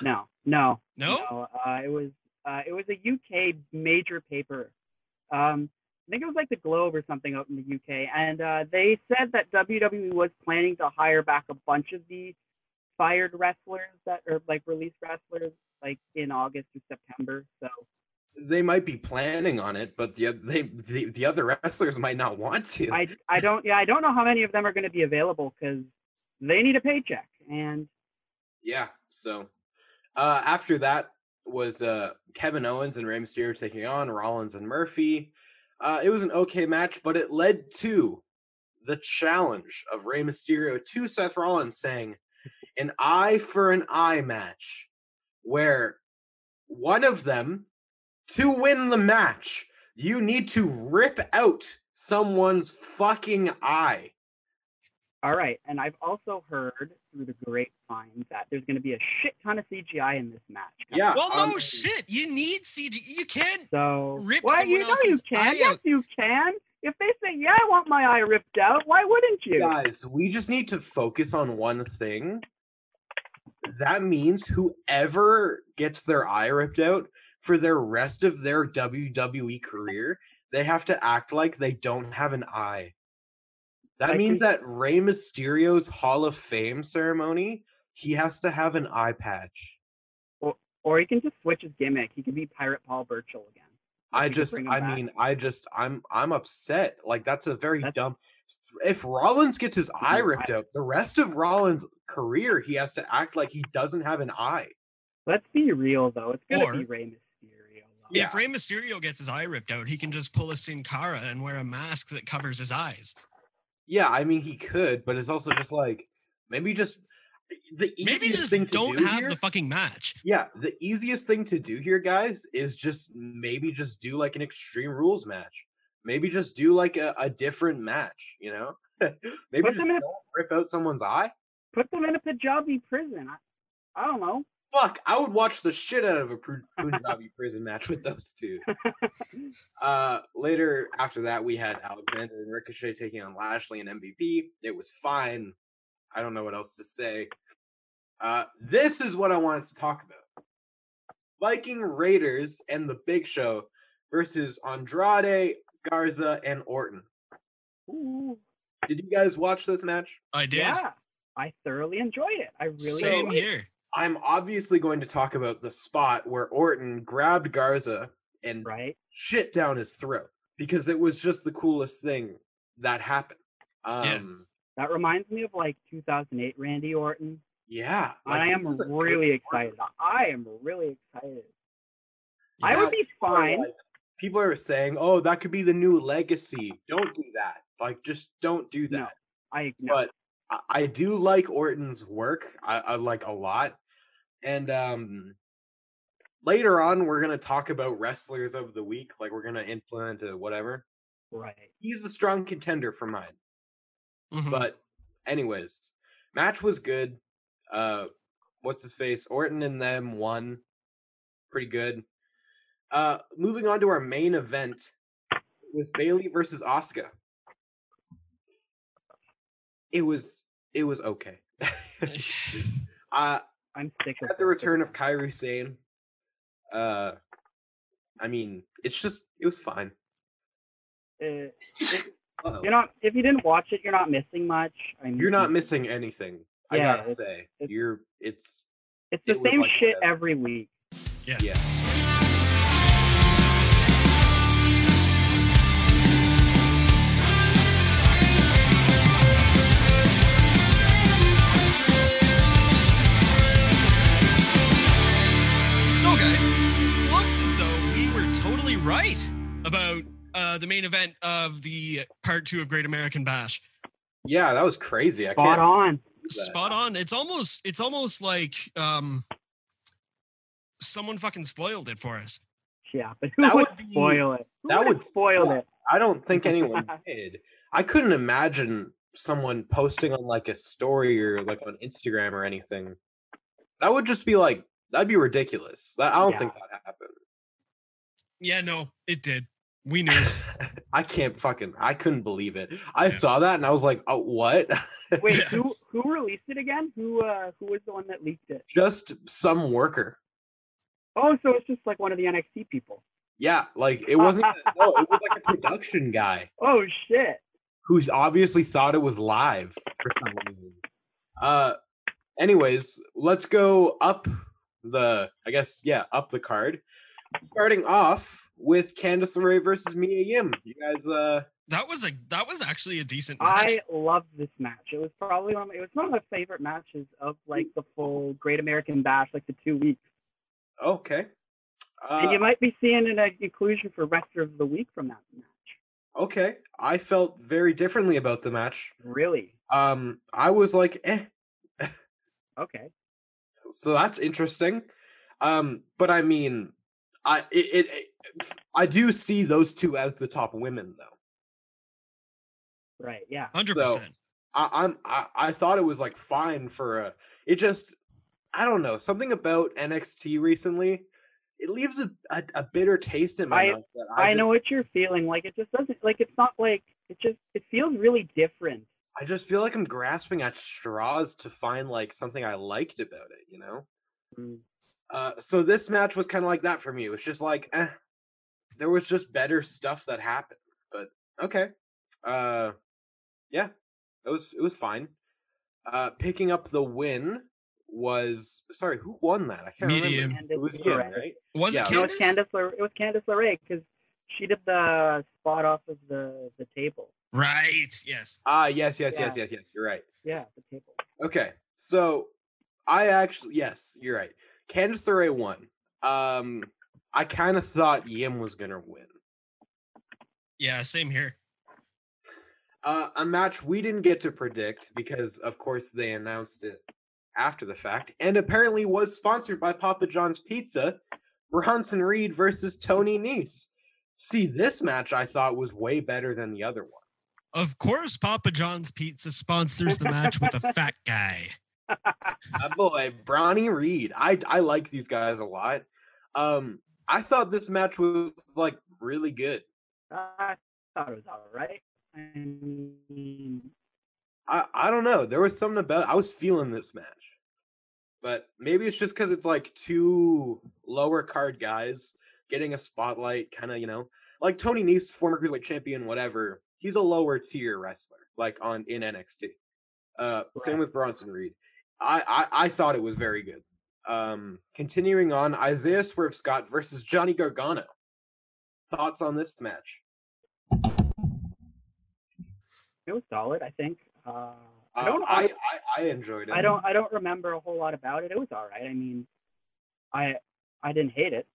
[SPEAKER 2] No, no,
[SPEAKER 4] No?
[SPEAKER 2] Uh, it was uh, it was a UK major paper. Um, think it was like the Globe or something out in the UK, and uh, they said that WWE was planning to hire back a bunch of the fired wrestlers that or like released wrestlers like in August or September. So
[SPEAKER 1] They might be planning on it, but the oth- they the, the other wrestlers might not want to.
[SPEAKER 2] I I don't yeah I don't know how many of them are going to be available because they need a paycheck and
[SPEAKER 1] Yeah. So uh, after that was uh, Kevin Owens and Rey Mysterio taking on Rollins and Murphy. Uh, it was an okay match, but it led to the challenge of Rey Mysterio to Seth Rollins saying an eye for an eye match where one of them to win the match you need to rip out someone's fucking eye
[SPEAKER 2] all right and I've also heard through the grapevine that there's going to be a shit ton of CGI in this match.
[SPEAKER 1] yeah
[SPEAKER 4] Well, no
[SPEAKER 1] um,
[SPEAKER 4] shit. You need CG. You can't.
[SPEAKER 2] So
[SPEAKER 4] Rip
[SPEAKER 2] why you
[SPEAKER 4] someone
[SPEAKER 2] know you
[SPEAKER 4] else's
[SPEAKER 2] can?
[SPEAKER 4] eye
[SPEAKER 2] Yes,
[SPEAKER 4] out.
[SPEAKER 2] you can. If they say yeah, I want my eye ripped out, why wouldn't you?
[SPEAKER 1] Guys, we just need to focus on one thing. That means whoever gets their eye ripped out for their rest of their WWE career, they have to act like they don't have an eye. That
[SPEAKER 2] I
[SPEAKER 1] means
[SPEAKER 2] think-
[SPEAKER 1] that Rey Mysterio's Hall of Fame ceremony, he has to have an eye patch.
[SPEAKER 2] Or he can just switch his gimmick. He can be Pirate Paul Burchill again.
[SPEAKER 1] I
[SPEAKER 2] you could
[SPEAKER 1] just
[SPEAKER 2] bring him
[SPEAKER 1] I
[SPEAKER 2] back.
[SPEAKER 1] mean I just I'm I'm upset. Like that's a very
[SPEAKER 2] That's-
[SPEAKER 1] dumb if Rollins gets his eye
[SPEAKER 2] No,
[SPEAKER 1] ripped out, the rest of Rollins' career he has to act like he doesn't have an eye.
[SPEAKER 2] Let's be real though. It's gonna
[SPEAKER 4] Or-
[SPEAKER 2] be Rey Mysterio. though.
[SPEAKER 1] Yeah.
[SPEAKER 4] If Rey Mysterio gets his eye ripped out, he can just pull a Sin Cara and wear a mask that covers his eyes.
[SPEAKER 1] Yeah, I mean he could, but it's also just like maybe just eh, the easiest
[SPEAKER 4] Maybe just
[SPEAKER 1] thing to
[SPEAKER 4] don't
[SPEAKER 1] do
[SPEAKER 4] have
[SPEAKER 1] here,
[SPEAKER 4] the fucking match.
[SPEAKER 1] Yeah, the easiest thing to do here, guys, is just maybe just do like an extreme rules match. Maybe just do like a, a different match, you know? maybe
[SPEAKER 2] Put
[SPEAKER 1] just
[SPEAKER 2] them in a-
[SPEAKER 1] don't rip out someone's eye.
[SPEAKER 2] Put them in a Punjabi prison. I, I don't know.
[SPEAKER 1] Fuck, I would watch the shit out of a Pru- Punjabi prison match with those two. Uh, later, after that, we had Alexander and Ricochet taking on Lashley and MVP. It was fine. I don't know what else to say. Uh, this is what I wanted to talk about Viking Raiders and the Big Show versus Andrade, Garza, and Orton.
[SPEAKER 2] Ooh,
[SPEAKER 1] Did you guys watch this match?
[SPEAKER 4] I did.
[SPEAKER 2] yeah, I thoroughly enjoyed it. I really
[SPEAKER 4] Same
[SPEAKER 2] enjoyed it.
[SPEAKER 4] here.
[SPEAKER 1] I'm obviously going to talk about the spot where Orton grabbed Garza and
[SPEAKER 2] Right?
[SPEAKER 1] shit down his throat because it was just the coolest thing that happened. Um,
[SPEAKER 2] That reminds me of like 2008 Randy Orton.
[SPEAKER 1] yeah. like,
[SPEAKER 2] I
[SPEAKER 1] this
[SPEAKER 2] am
[SPEAKER 1] is a good
[SPEAKER 2] really
[SPEAKER 1] one.
[SPEAKER 2] excited. I am really excited. I
[SPEAKER 1] Yeah,
[SPEAKER 2] would be
[SPEAKER 1] people are
[SPEAKER 2] fine.
[SPEAKER 1] like- people are saying, "Oh, that could be the new legacy." Don't do that. Like, just don't do that.
[SPEAKER 2] No, I no.
[SPEAKER 1] But I, I do like Orton's work. I, I like a lot. And um, later on, we're gonna talk about wrestlers of the week. Like, we're gonna implement a whatever.
[SPEAKER 2] right.
[SPEAKER 1] He's a strong contender for mine.
[SPEAKER 4] Mhm.
[SPEAKER 1] But anyways, match was good. Uh what's his face? Orton and them won. Pretty good. Uh moving on to our main event was Bailey versus Oscar. It was it was okay. uh
[SPEAKER 2] I'm sick of
[SPEAKER 1] at the
[SPEAKER 2] this.
[SPEAKER 1] return of Kyrie Sane. Uh I mean, it's just it was fine.
[SPEAKER 2] Uh,
[SPEAKER 1] Uh-oh.
[SPEAKER 2] you're not if you didn't watch it, you're not missing much. I mean,
[SPEAKER 1] You're not missing anything. I
[SPEAKER 2] Yeah,
[SPEAKER 1] gotta
[SPEAKER 2] it's-
[SPEAKER 1] say,
[SPEAKER 2] it's-
[SPEAKER 1] you're it's
[SPEAKER 2] It's the
[SPEAKER 1] it was
[SPEAKER 2] same
[SPEAKER 1] like
[SPEAKER 2] shit
[SPEAKER 1] that.
[SPEAKER 2] every week.
[SPEAKER 1] yeah.
[SPEAKER 4] So, guys, it looks as though we were totally right about uh, the main event of the part two of Great American Bash.
[SPEAKER 1] Yeah, that was crazy. I
[SPEAKER 2] Spot
[SPEAKER 1] can't
[SPEAKER 2] on.
[SPEAKER 1] that.
[SPEAKER 4] Spot on. It's almost it's almost like um, someone fucking spoiled it for us.
[SPEAKER 2] Yeah, but who
[SPEAKER 1] That
[SPEAKER 2] would,
[SPEAKER 1] would be-
[SPEAKER 2] spoil it? Who
[SPEAKER 1] that
[SPEAKER 2] would've
[SPEAKER 1] would
[SPEAKER 2] spoiled
[SPEAKER 1] suck.
[SPEAKER 2] it.
[SPEAKER 1] I don't think anyone did. I couldn't imagine someone posting on like a story or like on Instagram or anything. That would just be like that'd be ridiculous. That, I don't
[SPEAKER 2] Yeah.
[SPEAKER 1] think that happened.
[SPEAKER 4] Yeah, no, it did. We knew.
[SPEAKER 1] I can't fucking I couldn't believe it. I
[SPEAKER 4] Yeah.
[SPEAKER 1] saw that and I was like, "Oh, what?"
[SPEAKER 2] Wait,
[SPEAKER 4] Yeah.
[SPEAKER 2] who who released it again? Who uh who was the one that leaked it?
[SPEAKER 1] just some worker.
[SPEAKER 2] Oh, so it's just like one of the NXT people.
[SPEAKER 1] Yeah, like it wasn't. no, it was like a production guy
[SPEAKER 2] Oh shit.
[SPEAKER 1] who's obviously thought it was live for some reason. Uh, anyways, let's go up the. I guess yeah, up the card. Starting off with Candice LeRae versus Mia Yim. You guys, uh,
[SPEAKER 4] That was a that was actually a decent match.
[SPEAKER 2] I loved this match. It was probably one of my, it was one of my favorite matches of like the full Great American Bash, like the two weeks.
[SPEAKER 1] okay.
[SPEAKER 2] and
[SPEAKER 1] Uh,
[SPEAKER 2] you might be seeing an uh, inclusion for wrestler of the week from that match.
[SPEAKER 1] okay, I felt very differently about the match.
[SPEAKER 2] Really?
[SPEAKER 1] Um, I was like, eh,
[SPEAKER 2] Okay.
[SPEAKER 1] so that's interesting. Um, but I mean, I it, it, it I do see those two as the top women though.
[SPEAKER 2] Right. Yeah.
[SPEAKER 4] Hundred percent.
[SPEAKER 1] I, I'm I, I thought it was like fine for a. It just I don't know something about NXT recently. It leaves a, a, a bitter taste in my
[SPEAKER 2] I-
[SPEAKER 1] mouth. That I,
[SPEAKER 2] I
[SPEAKER 1] just,
[SPEAKER 2] know what you're feeling. Like it just doesn't like it's not like it just it feels really different.
[SPEAKER 1] I just feel like I'm grasping at straws to find like something I liked about it. You know.
[SPEAKER 2] Mm.
[SPEAKER 1] Uh, so this match was kind of like that for me. It was just like, eh, there was just better stuff that happened. But okay, uh, yeah, it was it was fine. Uh, picking up the win was sorry, who won that? I can't
[SPEAKER 4] Medium.
[SPEAKER 1] remember. It was Yin, right?
[SPEAKER 4] Was it
[SPEAKER 1] yeah.
[SPEAKER 2] No, it's
[SPEAKER 4] Candace?
[SPEAKER 2] Candice. LeRae. It was Candice LeRae because she did the spot off of the the table.
[SPEAKER 4] Right. Yes.
[SPEAKER 1] Ah, yes, yes, yes, yes, yes. You're right.
[SPEAKER 2] Yeah, the table.
[SPEAKER 1] Okay, so I actually yes, you're right. Candice LeRae won. Um, I kind of thought Yim was gonna win.
[SPEAKER 4] Yeah. Same here.
[SPEAKER 1] uh, a match we didn't get to predict because, of course, they announced it after the fact, and apparently was sponsored by Papa John's Pizza. Bronson Reed versus Tony Nese. See, this match I thought was way better than the other one.
[SPEAKER 4] Of course, Papa John's Pizza sponsors the match with a fat guy.
[SPEAKER 1] My Ah, boy, Bronny Reed. I I like these guys a lot. Um, I thought this match was like really good.
[SPEAKER 2] I thought it was all right. I mean,
[SPEAKER 1] I I don't know. There was something about I was feeling this match, but maybe it's just because it's like two lower card guys getting a spotlight, kind of you know, like Tony Nese, former cruiserweight champion, whatever. He's a lower tier wrestler, like on in NXT. Uh, same
[SPEAKER 2] Right.
[SPEAKER 1] with Bronson Reed. I, I I thought it was very good. Um, continuing on, Isaiah Swerve Scott versus Johnny Gargano. Thoughts on this match?
[SPEAKER 2] it was solid. I think. Uh, I
[SPEAKER 1] Uh,
[SPEAKER 2] don't.
[SPEAKER 1] I, I I enjoyed it.
[SPEAKER 2] I don't. I don't remember a whole lot about it. It was all right. I mean, I I didn't hate it.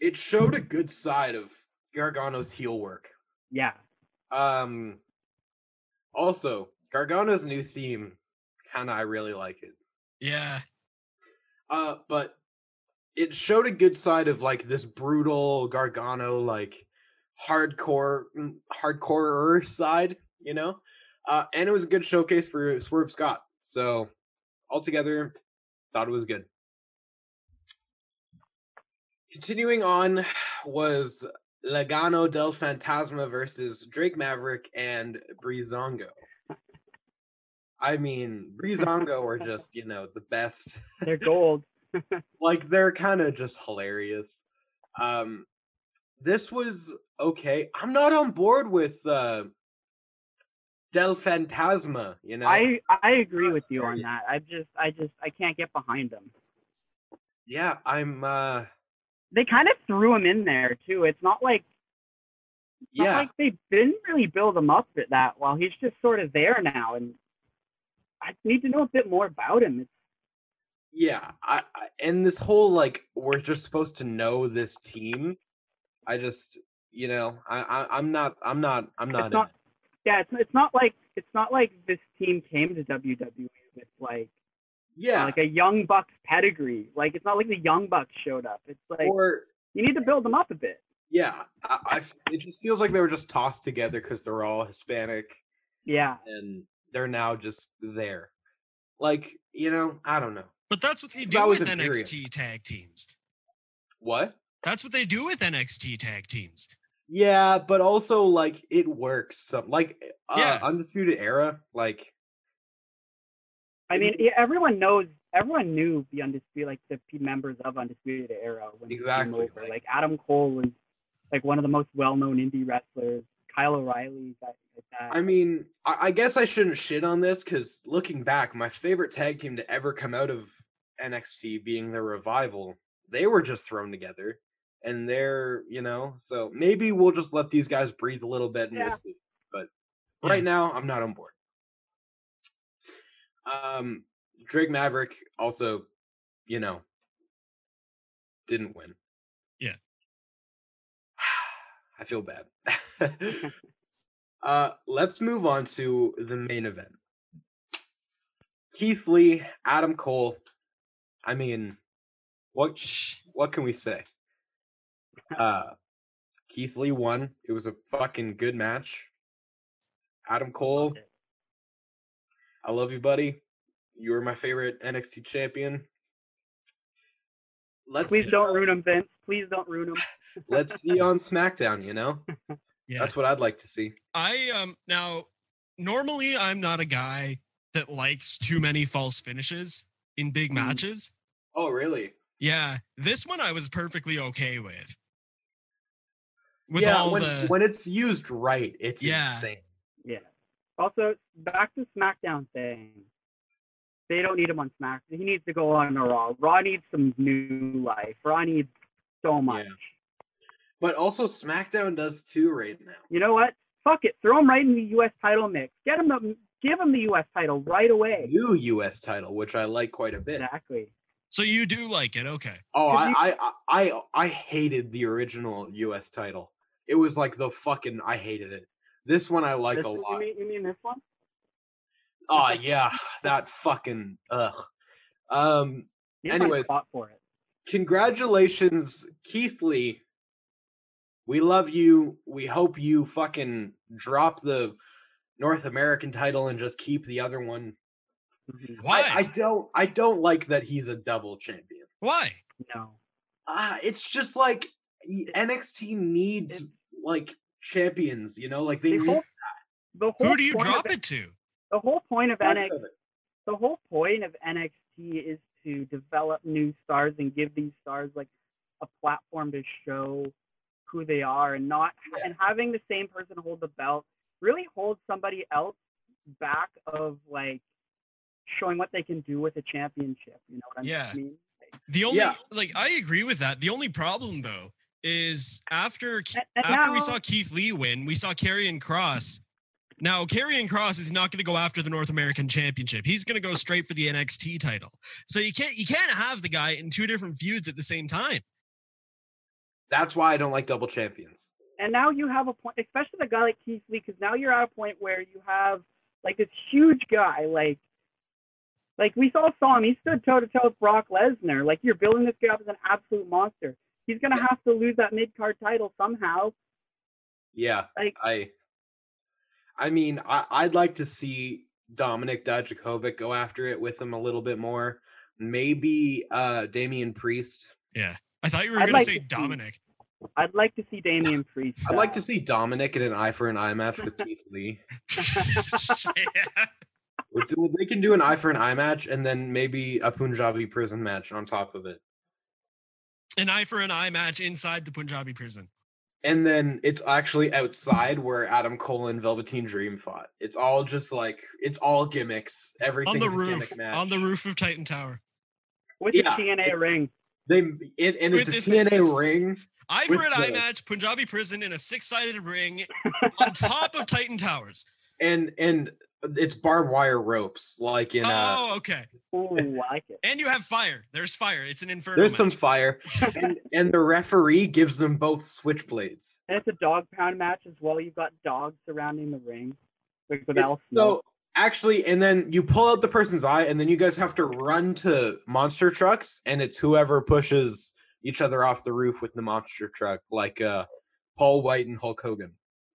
[SPEAKER 1] it showed a good side of Gargano's heel work.
[SPEAKER 2] Yeah.
[SPEAKER 1] Um also, Gargano's new theme kinda I really like it.
[SPEAKER 4] Yeah.
[SPEAKER 1] Uh but it showed a good side of like this brutal Gargano like hardcore hardcore side, you know? Uh and it was a good showcase for Swerve Scott. So altogether thought it was good. Continuing on was Legano del Fantasma versus Drake Maverick and Breezango. I mean, Breezango are just, you know, the best.
[SPEAKER 2] They're gold.
[SPEAKER 1] Like they're kind of just hilarious. Um this was okay. I'm not on board with uh Del Fantasma, you know.
[SPEAKER 2] I I agree with you on that. I just I just I can't get behind them.
[SPEAKER 1] yeah, I'm uh
[SPEAKER 2] They kind of threw him in there too. It's not like it's not
[SPEAKER 1] yeah.
[SPEAKER 2] like they didn't really build him up at that. While he's just sort of there now, and I need to know a bit more about him. It's,
[SPEAKER 1] Yeah, I, I and this whole like we're just supposed to know this team. I just you know I, I I'm not I'm not I'm not. in
[SPEAKER 2] not-
[SPEAKER 1] it.
[SPEAKER 2] yeah, it's it's not like it's not like this team came to WWE with like
[SPEAKER 1] yeah,
[SPEAKER 2] like a young bucks pedigree. Like it's not like the young bucks showed up. It's like
[SPEAKER 1] or
[SPEAKER 2] you need to build them up a bit.
[SPEAKER 1] yeah, I, I f- it just feels like they were just tossed together because they're all Hispanic
[SPEAKER 2] Yeah,
[SPEAKER 1] and they're now just there. Like you know I don't know
[SPEAKER 4] But that's what they
[SPEAKER 1] That
[SPEAKER 4] do
[SPEAKER 1] was
[SPEAKER 4] with
[SPEAKER 1] infuriating.
[SPEAKER 4] NXT tag teams.
[SPEAKER 1] what.
[SPEAKER 4] That's what they do with NXT tag teams.
[SPEAKER 1] Yeah, but also like it works. Some like uh,
[SPEAKER 4] Yeah.
[SPEAKER 1] undisputed era like
[SPEAKER 2] I mean yeah, everyone knows. Everyone knew the undisputed, like the p- members of Undisputed Era when they came
[SPEAKER 1] Exactly,
[SPEAKER 2] over.
[SPEAKER 1] like-
[SPEAKER 2] Like Adam Cole was like one of the most well-known indie wrestlers, Kyle O'Reilly, guys like that.
[SPEAKER 1] I mean, I, I guess I shouldn't shit on this because looking back, my favorite tag team to ever come out of NXT being the revival, they were just thrown together. And they're, you know, so maybe we'll just let these guys breathe a little bit and
[SPEAKER 2] Yeah.
[SPEAKER 1] we'll see. But right now, I'm not on board. Um, Drake Maverick also, you know, didn't win.
[SPEAKER 4] Yeah.
[SPEAKER 1] I feel bad. uh, let's move on to the main event. Keith Lee, Adam Cole. I mean, what
[SPEAKER 4] Shh.
[SPEAKER 1] what can we say? Uh, Keith Lee won. It was a fucking good match. Adam Cole, I love you, buddy. You were my favorite NXT champion. Let's
[SPEAKER 2] Please
[SPEAKER 1] see
[SPEAKER 2] don't
[SPEAKER 1] on-
[SPEAKER 2] ruin him, Vince. Please don't ruin him.
[SPEAKER 1] let's see on SmackDown. You know,
[SPEAKER 4] Yeah.
[SPEAKER 1] that's what I'd like to see.
[SPEAKER 4] I um now normally I'm not a guy that likes too many false finishes in big
[SPEAKER 2] Mm.
[SPEAKER 4] matches.
[SPEAKER 1] Oh, really?
[SPEAKER 4] Yeah, this one I was perfectly okay with. With
[SPEAKER 1] yeah,
[SPEAKER 4] all
[SPEAKER 1] when,
[SPEAKER 4] the
[SPEAKER 1] when it's used right, it's
[SPEAKER 4] Yeah.
[SPEAKER 1] insane.
[SPEAKER 2] Yeah. Also, back to SmackDown thing. They don't need him on Smack. He needs to go on a Raw. Raw needs some new life. Raw needs so much.
[SPEAKER 1] Yeah. But also SmackDown does too right now.
[SPEAKER 2] You know what? Fuck it. Throw him right in the U.S. title mix. Get him the, give him the U.S. title right away.
[SPEAKER 1] New U.S. title, which I like quite a bit.
[SPEAKER 2] Exactly.
[SPEAKER 4] so you do like it, okay?
[SPEAKER 1] Oh,
[SPEAKER 2] If
[SPEAKER 1] I,
[SPEAKER 2] you-
[SPEAKER 1] I, I, I- I hated the original U.S. title. It was like the fucking I hated it. This one I like
[SPEAKER 2] This
[SPEAKER 1] a
[SPEAKER 2] one-
[SPEAKER 1] lot.
[SPEAKER 2] You mean, you mean this one?
[SPEAKER 1] Oh yeah, that fucking ugh. Um,
[SPEAKER 2] You might
[SPEAKER 1] Anyways.
[SPEAKER 2] fought for it.
[SPEAKER 1] congratulations, Keith Lee. We love you. We hope you fucking drop the North American title and just keep the other one.
[SPEAKER 2] Mhm.
[SPEAKER 4] Why?
[SPEAKER 1] I, I don't. I don't like that he's a double champion.
[SPEAKER 4] Why?
[SPEAKER 2] No.
[SPEAKER 1] Ah, it's just like e, y- NXT needs like champions. You know, like they.
[SPEAKER 2] The
[SPEAKER 1] need
[SPEAKER 2] whole, the whole
[SPEAKER 4] Who do you
[SPEAKER 2] point
[SPEAKER 4] drop
[SPEAKER 2] of,
[SPEAKER 4] it to?
[SPEAKER 2] The whole point of
[SPEAKER 1] That's
[SPEAKER 2] NXT
[SPEAKER 1] of it.
[SPEAKER 2] the whole point of NXT is to develop new stars and give these stars like a platform to show who they are and not
[SPEAKER 1] Yeah.
[SPEAKER 2] and having the same person hold the belt really holds somebody else back of like showing what they can do with a championship you know what i
[SPEAKER 4] Yeah.
[SPEAKER 2] mean
[SPEAKER 4] The only
[SPEAKER 1] Yeah.
[SPEAKER 4] like I agree with that. The only problem though is after Ke-
[SPEAKER 2] And- and
[SPEAKER 4] after
[SPEAKER 2] now-
[SPEAKER 4] we saw Keith Lee win, we saw Karrion Cross. Now Karrion Cross is not going to go after the North American Championship. He's going to go straight for the NXT title. So you can't you can't have the guy in two different feuds at the same time.
[SPEAKER 1] That's why I don't like double champions.
[SPEAKER 2] and now you have a point, especially the guy like Keith Lee, because now you're at a point where you have like this huge guy, like like we all saw him. He stood toe to toe with Brock Lesnar. Like you're building this guy up as an absolute monster. He's gonna have to lose that mid card title somehow.
[SPEAKER 1] Yeah,
[SPEAKER 2] Like-
[SPEAKER 1] I. I mean, I, I'd like to see Dominic Dijakovic go after it with him a little bit more. Maybe uh Damian Priest.
[SPEAKER 4] I thought you were
[SPEAKER 2] I'd
[SPEAKER 4] going
[SPEAKER 2] like
[SPEAKER 4] to say
[SPEAKER 2] to see-
[SPEAKER 4] Dominic.
[SPEAKER 2] I'd like to see Damian Priest.
[SPEAKER 1] I'd like
[SPEAKER 2] uh,
[SPEAKER 1] to see Dominic in an eye for an eye match with Keith Lee.
[SPEAKER 4] Yeah.
[SPEAKER 1] Or do- They can do an eye for an eye match and then maybe a Punjabi prison match on top of it.
[SPEAKER 4] An eye for an eye match inside the Punjabi prison.
[SPEAKER 1] And then it's actually outside where Adam Cole and Velveteen Dream fought. It's all just like it's all gimmicks.
[SPEAKER 4] On
[SPEAKER 1] Everything's
[SPEAKER 4] the
[SPEAKER 1] a
[SPEAKER 4] roof.
[SPEAKER 1] gimmick match.
[SPEAKER 4] On the roof of Titan Tower.
[SPEAKER 2] with
[SPEAKER 1] yeah.
[SPEAKER 2] the TNA ring.
[SPEAKER 1] They and, and it's
[SPEAKER 4] With this-
[SPEAKER 1] a TNA
[SPEAKER 4] this-
[SPEAKER 1] ring.
[SPEAKER 4] Eye
[SPEAKER 1] With
[SPEAKER 4] for an eye
[SPEAKER 1] the-
[SPEAKER 4] match, Punjabi prison in a six sided ring on top of Titan Towers.
[SPEAKER 1] and and it's barbed wire ropes like in uh
[SPEAKER 4] Oh, okay.
[SPEAKER 2] Ooh, I like it.
[SPEAKER 4] And you have fire. There's fire. It's an inferno.
[SPEAKER 1] there's some
[SPEAKER 4] Oh, match.
[SPEAKER 1] fire and, and the referee gives them both switchblades
[SPEAKER 2] And it's a dog pound match as well. You've got dogs surrounding the ring. Like with Al
[SPEAKER 1] so
[SPEAKER 2] Snow.
[SPEAKER 1] actually and then you pull out the person's eye and then you guys have to run to monster trucks and it's whoever pushes each other off the roof with the monster truck like uh paul white and hulk hogan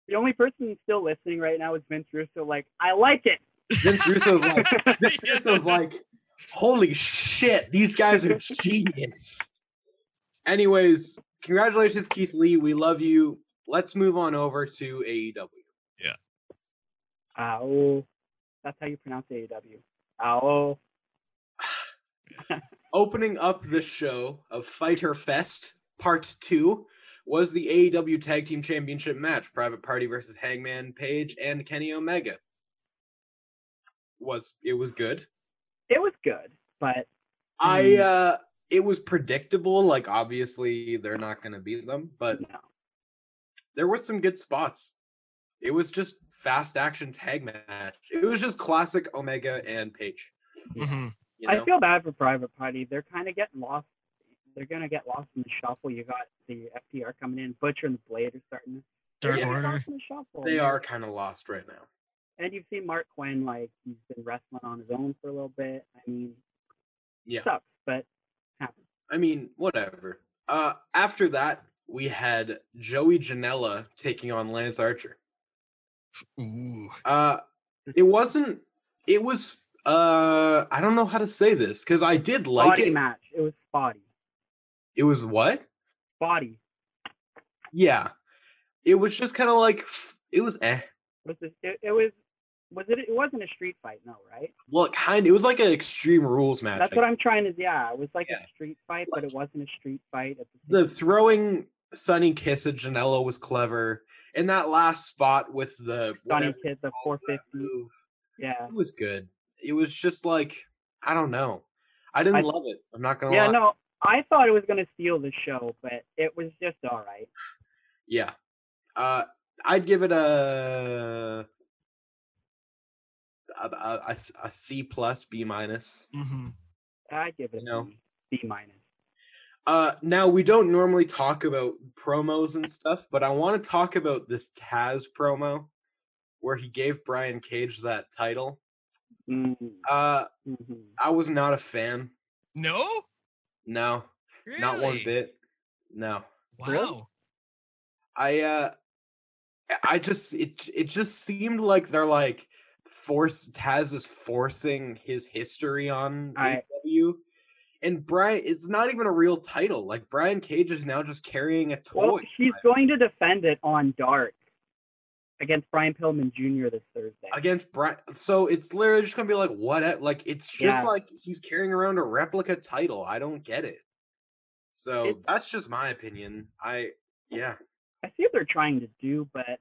[SPEAKER 2] The only person still listening right now is Vince Russo. Like, I like it.
[SPEAKER 1] vince russo's like vince
[SPEAKER 4] Yeah.
[SPEAKER 1] russo's like holy shit these guys are genius anyways congratulations keith lee we love you let's move on over to E aew
[SPEAKER 2] Ow. That's how you pronounce AEW. Ow.
[SPEAKER 1] opening up the show of Fighter Fest Part 2 was the AEW Tag Team Championship match, Private Party versus Hangman Page and Kenny Omega. Was it was good.
[SPEAKER 2] It was good, but
[SPEAKER 1] I uh it was predictable, like obviously they're not gonna beat them, but
[SPEAKER 2] no.
[SPEAKER 1] there were some good spots. It was just fast action tag match. It was just classic Omega and Page.
[SPEAKER 4] Mhm.
[SPEAKER 1] You know?
[SPEAKER 2] I feel bad for Private Party. They're kind of getting lost. They're gonna get lost in the shuffle. You got the FTR coming in, Butcher and the Blade are starting. to-
[SPEAKER 4] Dark
[SPEAKER 2] they're getting
[SPEAKER 4] Order.
[SPEAKER 2] lost in the shuffle.
[SPEAKER 1] they are kind of lost right now.
[SPEAKER 2] And you've seen Mark Quinn like he's been wrestling on his own for a little bit. I mean,
[SPEAKER 1] Yeah.
[SPEAKER 2] sucks, but happens.
[SPEAKER 1] I mean, whatever. Uh, after that, we had Joey Janela taking on Lance Archer.
[SPEAKER 4] Ooh.
[SPEAKER 1] Uh,
[SPEAKER 2] Hmm.
[SPEAKER 1] it wasn't. It was. Uh, I don't know how to say this because I did like
[SPEAKER 2] Body
[SPEAKER 1] it.
[SPEAKER 2] match. It was spotty.
[SPEAKER 1] It was what?
[SPEAKER 2] Body.
[SPEAKER 1] Yeah. It was just kind of like pff, it was eh.
[SPEAKER 2] Was this? It, it was. Was it? It wasn't a street fight, no, right?
[SPEAKER 1] Well, kind. It was like an extreme rules match.
[SPEAKER 2] That's
[SPEAKER 1] I
[SPEAKER 2] what I'm trying to. Yeah, it was like
[SPEAKER 1] Yeah.
[SPEAKER 2] a street fight, but it wasn't a street fight. At the,
[SPEAKER 1] the
[SPEAKER 2] same
[SPEAKER 1] throwing Sunny kiss at Janela was clever, and that last spot with the
[SPEAKER 2] Johnny
[SPEAKER 1] whatever
[SPEAKER 2] Kid, the
[SPEAKER 1] he calls that
[SPEAKER 2] 450.
[SPEAKER 1] move,
[SPEAKER 2] Yeah.
[SPEAKER 1] it was good. It was just like I don't know. I didn't
[SPEAKER 2] I-
[SPEAKER 1] love it. I'm not gonna
[SPEAKER 2] Yeah,
[SPEAKER 1] lie.
[SPEAKER 2] no, I thought it was gonna steal the show, but it was just all right.
[SPEAKER 1] Yeah. Uh, I'd give it a a, a- a s- a C plus B minus.
[SPEAKER 4] Mhm.
[SPEAKER 2] I give it
[SPEAKER 1] No.
[SPEAKER 2] a B- B minus.
[SPEAKER 1] Uh, now we don't normally talk about promos and stuff, but I want to talk about this Taz promo where he gave Brian Cage that title.
[SPEAKER 2] Mm-hmm.
[SPEAKER 1] Uh, I was not a fan.
[SPEAKER 4] No.
[SPEAKER 1] No,
[SPEAKER 4] Really?
[SPEAKER 1] not one bit. No,
[SPEAKER 4] Wow.
[SPEAKER 2] Really?
[SPEAKER 1] I uh, I just it it just seemed like they're like force Taz is forcing his history on
[SPEAKER 2] I-
[SPEAKER 1] AEW, and Brian it's not even a real title. Like Brian Cage is now just carrying a toy.
[SPEAKER 2] Well, he's going to defend it on Dark against Brian Pillman Jr. this Thursday.
[SPEAKER 1] Against Brian, so it's literally just gonna be like what? a- Like it's just
[SPEAKER 2] Yeah.
[SPEAKER 1] like he's carrying around a replica title. I don't get it. So
[SPEAKER 2] It's-
[SPEAKER 1] that's just my opinion. I yeah.
[SPEAKER 2] I see what they're trying to do, but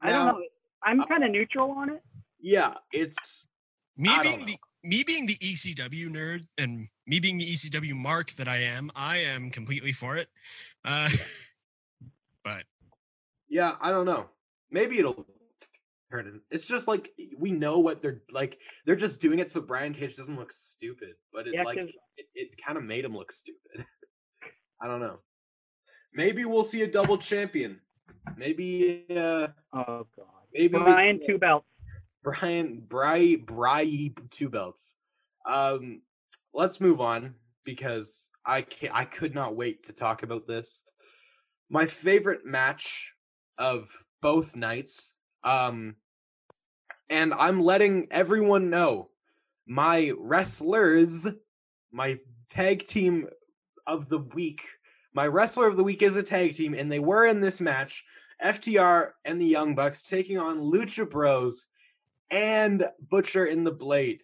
[SPEAKER 2] I don't
[SPEAKER 1] Now-
[SPEAKER 2] know. I'm kind of neutral on it.
[SPEAKER 1] Yeah, it's
[SPEAKER 4] Me
[SPEAKER 1] I don't
[SPEAKER 4] being
[SPEAKER 1] know.
[SPEAKER 4] the me being the ECW nerd and me being the ECW mark that I am, I am completely for it. Uh, but
[SPEAKER 1] yeah, I don't know. Maybe it'll turn in. It's just like we know what they're like. They're just doing it so Brian Cage doesn't look stupid, but it
[SPEAKER 2] Yeah,
[SPEAKER 1] like
[SPEAKER 2] 'cause-
[SPEAKER 1] it, it kind of made him look stupid. I don't know. Maybe we'll see a double champion. Maybe uh
[SPEAKER 2] Oh God.
[SPEAKER 1] maybe we
[SPEAKER 2] Brian
[SPEAKER 1] see a
[SPEAKER 2] Two Belts.
[SPEAKER 1] Brian Bry Bry two belts. Um let's move on because I can I could not wait to talk about this. My favorite match of both nights. Um and I'm letting everyone know my wrestlers, my tag team of the week. My wrestler of the week is a tag team, and they were in this match. FTR and the Young Bucks taking on Lucha Bros and Butcher in the Blade.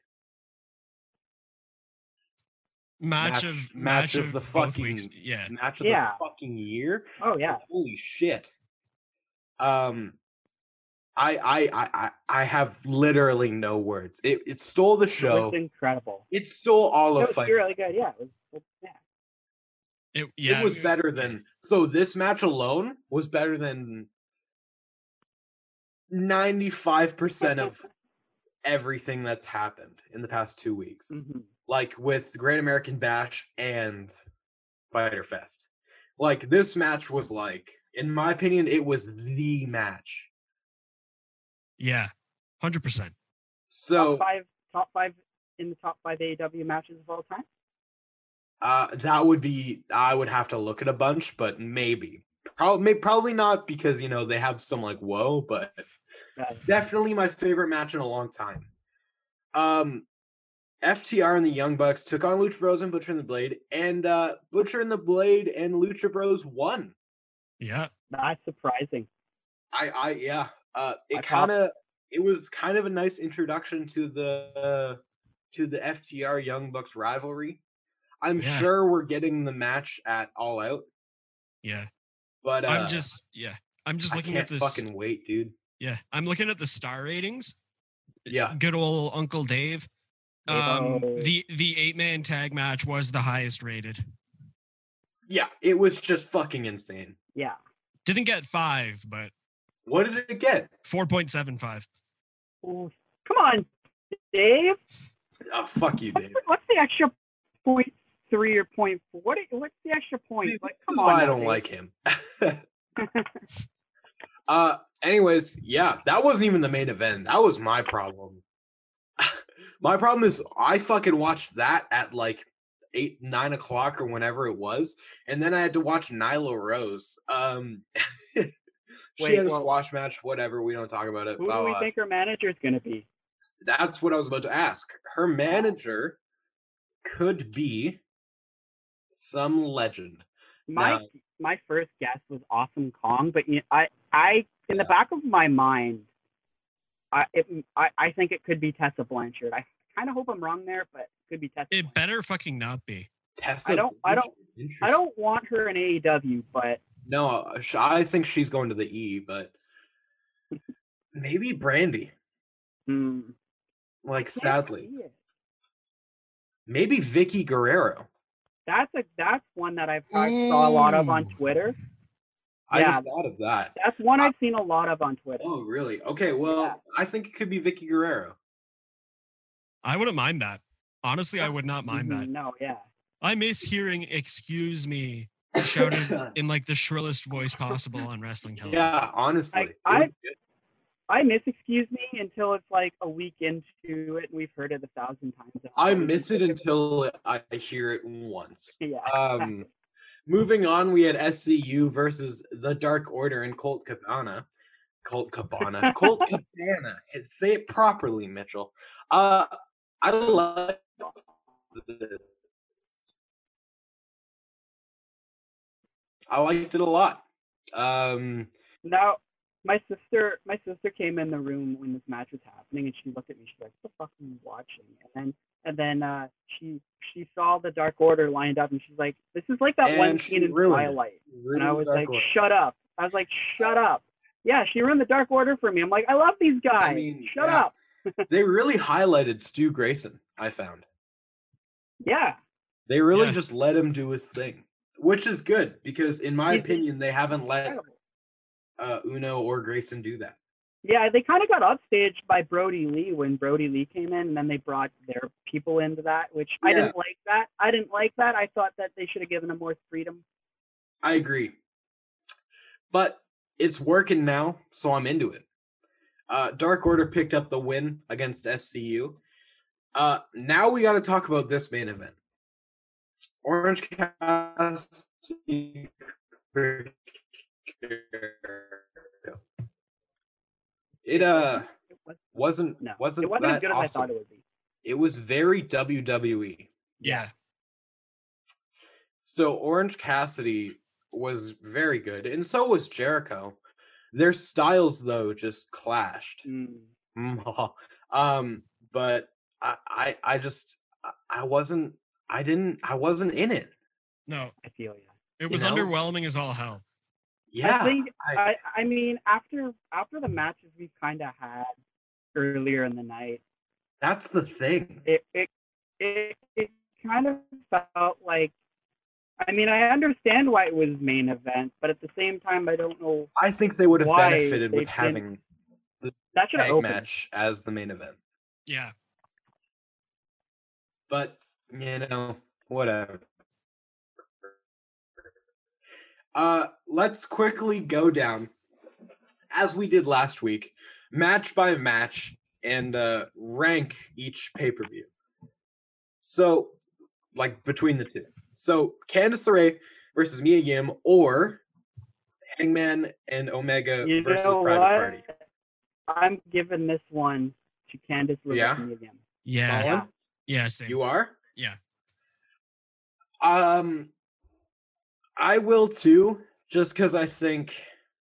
[SPEAKER 4] match,
[SPEAKER 1] Match-
[SPEAKER 4] of
[SPEAKER 1] match
[SPEAKER 4] match,
[SPEAKER 1] of
[SPEAKER 4] of,
[SPEAKER 1] the
[SPEAKER 4] both
[SPEAKER 1] fucking-
[SPEAKER 4] weeks. yeah.
[SPEAKER 1] Match of
[SPEAKER 2] Yeah.
[SPEAKER 1] the fucking year.
[SPEAKER 2] Oh yeah.
[SPEAKER 1] Holy shit. Um I I I I I have literally no words. It it stole the
[SPEAKER 2] It
[SPEAKER 1] show.
[SPEAKER 2] was incredible.
[SPEAKER 1] It stole all
[SPEAKER 2] It
[SPEAKER 1] of
[SPEAKER 2] was
[SPEAKER 1] fight.
[SPEAKER 2] really good. Yeah. It was, it- yeah.
[SPEAKER 4] It, yeah,
[SPEAKER 1] It was better than so this match alone was better than 95% of everything that's happened in the past 2 weeks.
[SPEAKER 2] Mhm.
[SPEAKER 1] like with Great American Bash and Fighter Fest. Like this match was like, in my opinion, it was the match.
[SPEAKER 4] Yeah, hundred percent.
[SPEAKER 1] So
[SPEAKER 2] top five, top five in the top five AEW matches of all time.
[SPEAKER 1] uh, that would be I would have to look at a bunch, but maybe. Probably, probably not because you know they have some like whoa, but
[SPEAKER 2] Uh,
[SPEAKER 1] definitely my favorite match in a long time. Um, FTR and the Young Bucks took on Lucha Bros and Butcher and the Blade, and uh, Butcher and the Blade and Lucha Bros won.
[SPEAKER 4] Yeah,
[SPEAKER 2] that's surprising.
[SPEAKER 1] I, I, yeah. Uh, it
[SPEAKER 2] I pop-
[SPEAKER 1] kind of, it was kind of a nice introduction to the to the FTR Young Bucks rivalry. I'm
[SPEAKER 4] Yeah.
[SPEAKER 1] sure we're getting the match at All Out,
[SPEAKER 4] Yeah.
[SPEAKER 1] But uh,
[SPEAKER 4] I'm just yeah. I'm just
[SPEAKER 1] I
[SPEAKER 4] looking
[SPEAKER 1] can't
[SPEAKER 4] at this.
[SPEAKER 1] Fucking wait, dude.
[SPEAKER 4] yeah. I'm looking at the star ratings.
[SPEAKER 1] Yeah,
[SPEAKER 4] Good old Uncle Dave. Um,
[SPEAKER 2] Oh.
[SPEAKER 4] the the eight man tag match was the highest rated.
[SPEAKER 1] yeah. It was just fucking insane.
[SPEAKER 2] Yeah.
[SPEAKER 4] Didn't get five, but
[SPEAKER 1] What did it get?
[SPEAKER 4] four point seven five.
[SPEAKER 2] Ooh. Come on, Dave.
[SPEAKER 1] Oh, fuck you,
[SPEAKER 2] What's
[SPEAKER 1] Dave.
[SPEAKER 2] the, what's the extra point three or point four? What i- what's the extra point?
[SPEAKER 1] This
[SPEAKER 2] Like,
[SPEAKER 1] is
[SPEAKER 2] come
[SPEAKER 1] why
[SPEAKER 2] on,
[SPEAKER 1] I don't
[SPEAKER 2] Dave.
[SPEAKER 1] like him. uh, anyways, yeah, that wasn't even the main event. That was my problem. my problem is I fucking watched that at like eight, nine o'clock or whenever it was, and then I had to watch Nyla Rose. Um, she
[SPEAKER 2] Wait,
[SPEAKER 1] had a
[SPEAKER 2] well-
[SPEAKER 1] squash match, whatever. We don't talk about it.
[SPEAKER 2] Who
[SPEAKER 1] blah,
[SPEAKER 2] do we
[SPEAKER 1] blah.
[SPEAKER 2] think our manager is going to be?
[SPEAKER 1] That's what I was about to ask. Her manager could be some legend.
[SPEAKER 2] My
[SPEAKER 1] Now-
[SPEAKER 2] my first guess was Awesome Kong, but you I I in the back of my mind, I it, I, I think it could be Tessa Blanchard. I kind of hope I'm wrong there, but it could be Tessa.
[SPEAKER 4] It
[SPEAKER 2] Blanchard.
[SPEAKER 4] better fucking not be.
[SPEAKER 1] Tessa.
[SPEAKER 2] I don't- I don't-
[SPEAKER 1] Blanchard?
[SPEAKER 2] I don't want her in AEW, but
[SPEAKER 1] No, uh, sh- I think she's going to the E, but maybe Brandy.
[SPEAKER 2] hmm,
[SPEAKER 1] Like
[SPEAKER 2] can't
[SPEAKER 1] sadly,
[SPEAKER 2] see it.
[SPEAKER 1] maybe Vicky Guerrero.
[SPEAKER 2] that's a that's one that I've I saw a lot of on
[SPEAKER 4] Ooh.
[SPEAKER 2] Twitter.
[SPEAKER 1] I
[SPEAKER 2] Yeah.
[SPEAKER 1] just thought of that.
[SPEAKER 2] That's one I've seen a lot of on Twitter.
[SPEAKER 1] Oh, really? Okay. Well,
[SPEAKER 2] Yeah.
[SPEAKER 1] I think it could be Vicky Guerrero.
[SPEAKER 4] I wouldn't mind that. Honestly, I would not
[SPEAKER 1] Mm-hmm.
[SPEAKER 4] mind that.
[SPEAKER 2] Mhm, No, yeah.
[SPEAKER 4] I miss hearing "excuse me" shouted in like the shrillest voice possible on wrestling television.
[SPEAKER 1] yeah, honestly, it
[SPEAKER 2] I-
[SPEAKER 1] would be good.
[SPEAKER 2] I miss excuse me until it's like a week into it and we've heard it a thousand times.
[SPEAKER 1] I miss it until I hear it once.
[SPEAKER 2] yeah.
[SPEAKER 1] Um, moving on, we had SCU versus the Dark Order and Colt Cabana. Colt Cabana. Colt Cabana. Hey, Say it properly, Mitchell. Uh, I like this. I liked it a lot. Um,
[SPEAKER 2] Now, my sister, my sister came in the room when this match was happening, and she looked at me. She's like, "What the fuck are you watching?" And then, and then uh, she she saw the Dark Order lined up, and she's like, "This is like that one
[SPEAKER 1] And she
[SPEAKER 2] scene in
[SPEAKER 1] ruined it.
[SPEAKER 2] Twilight."
[SPEAKER 1] rooting
[SPEAKER 2] And I
[SPEAKER 1] the
[SPEAKER 2] was
[SPEAKER 1] Dark
[SPEAKER 2] like,
[SPEAKER 1] Order.
[SPEAKER 2] "Shut up!" I was like, "Shut up!" Yeah, she ruined the Dark Order for me. I'm like, "I love these guys.
[SPEAKER 1] mean,
[SPEAKER 2] Shut
[SPEAKER 1] yeah.
[SPEAKER 2] up!"
[SPEAKER 1] they really highlighted Stu Grayson. I found.
[SPEAKER 2] Yeah,
[SPEAKER 1] They really
[SPEAKER 4] Yeah.
[SPEAKER 1] just let him do his thing, which is good because, in my
[SPEAKER 2] He's
[SPEAKER 1] opinion, they haven't let
[SPEAKER 2] incredible.
[SPEAKER 1] uh, Uno or Grayson do that.
[SPEAKER 2] Yeah, they kind of got upstaged by Brody Lee when Brody Lee came in, and then they brought their people into that, which I
[SPEAKER 1] Yeah.
[SPEAKER 2] didn't like that. I didn't like that. I thought that they should have given them more freedom.
[SPEAKER 1] I agree, but it's working now, so I'm into it. Uh, Dark Order picked up the win against SCU. Uh, now we got to talk about this main event: Orange Cassidy. It uh
[SPEAKER 2] It was,
[SPEAKER 1] wasn't
[SPEAKER 2] no,
[SPEAKER 1] wasn't
[SPEAKER 2] it wasn't as
[SPEAKER 1] that
[SPEAKER 2] good as
[SPEAKER 1] awesome.
[SPEAKER 2] I thought it would be.
[SPEAKER 1] It was very E. WWE.
[SPEAKER 4] Yeah.
[SPEAKER 1] So Orange Cassidy was very good, and so was Jericho. Their styles, though, just clashed.
[SPEAKER 2] Mm.
[SPEAKER 1] um, but I, I, I just, I- I wasn't, I didn't, I wasn't in it.
[SPEAKER 4] No,
[SPEAKER 2] I feel yeah.
[SPEAKER 4] it was
[SPEAKER 1] know?
[SPEAKER 4] underwhelming as all hell.
[SPEAKER 1] Yeah,
[SPEAKER 2] I think
[SPEAKER 1] I-
[SPEAKER 2] I, I mean after after the matches we kind of had earlier in the night,
[SPEAKER 1] that's the thing.
[SPEAKER 2] it it it, it kind of felt like. I mean, I understand why it was main event, but at the same time, I don't know.
[SPEAKER 1] I think they would have
[SPEAKER 2] Why
[SPEAKER 1] benefited
[SPEAKER 2] they
[SPEAKER 1] with
[SPEAKER 2] didn't
[SPEAKER 1] having
[SPEAKER 2] That should have
[SPEAKER 1] tag
[SPEAKER 2] opened.
[SPEAKER 1] match as the main event.
[SPEAKER 4] Yeah.
[SPEAKER 1] but you know, whatever. Uh, let's quickly go down, as we did last week, match by match, and uh, rank each pay per view. So, like between the two, so Candice LeRae versus Mia Yim, or Hangman and Omega
[SPEAKER 2] You
[SPEAKER 1] versus
[SPEAKER 2] know
[SPEAKER 1] Private
[SPEAKER 2] what?
[SPEAKER 1] Party.
[SPEAKER 2] I'm giving this one to Candice LeRae
[SPEAKER 1] Yeah?
[SPEAKER 2] again.
[SPEAKER 4] Yeah.
[SPEAKER 1] Colin?
[SPEAKER 4] Yeah. Same.
[SPEAKER 1] You are?
[SPEAKER 4] Yeah.
[SPEAKER 1] Um I will too, just because I think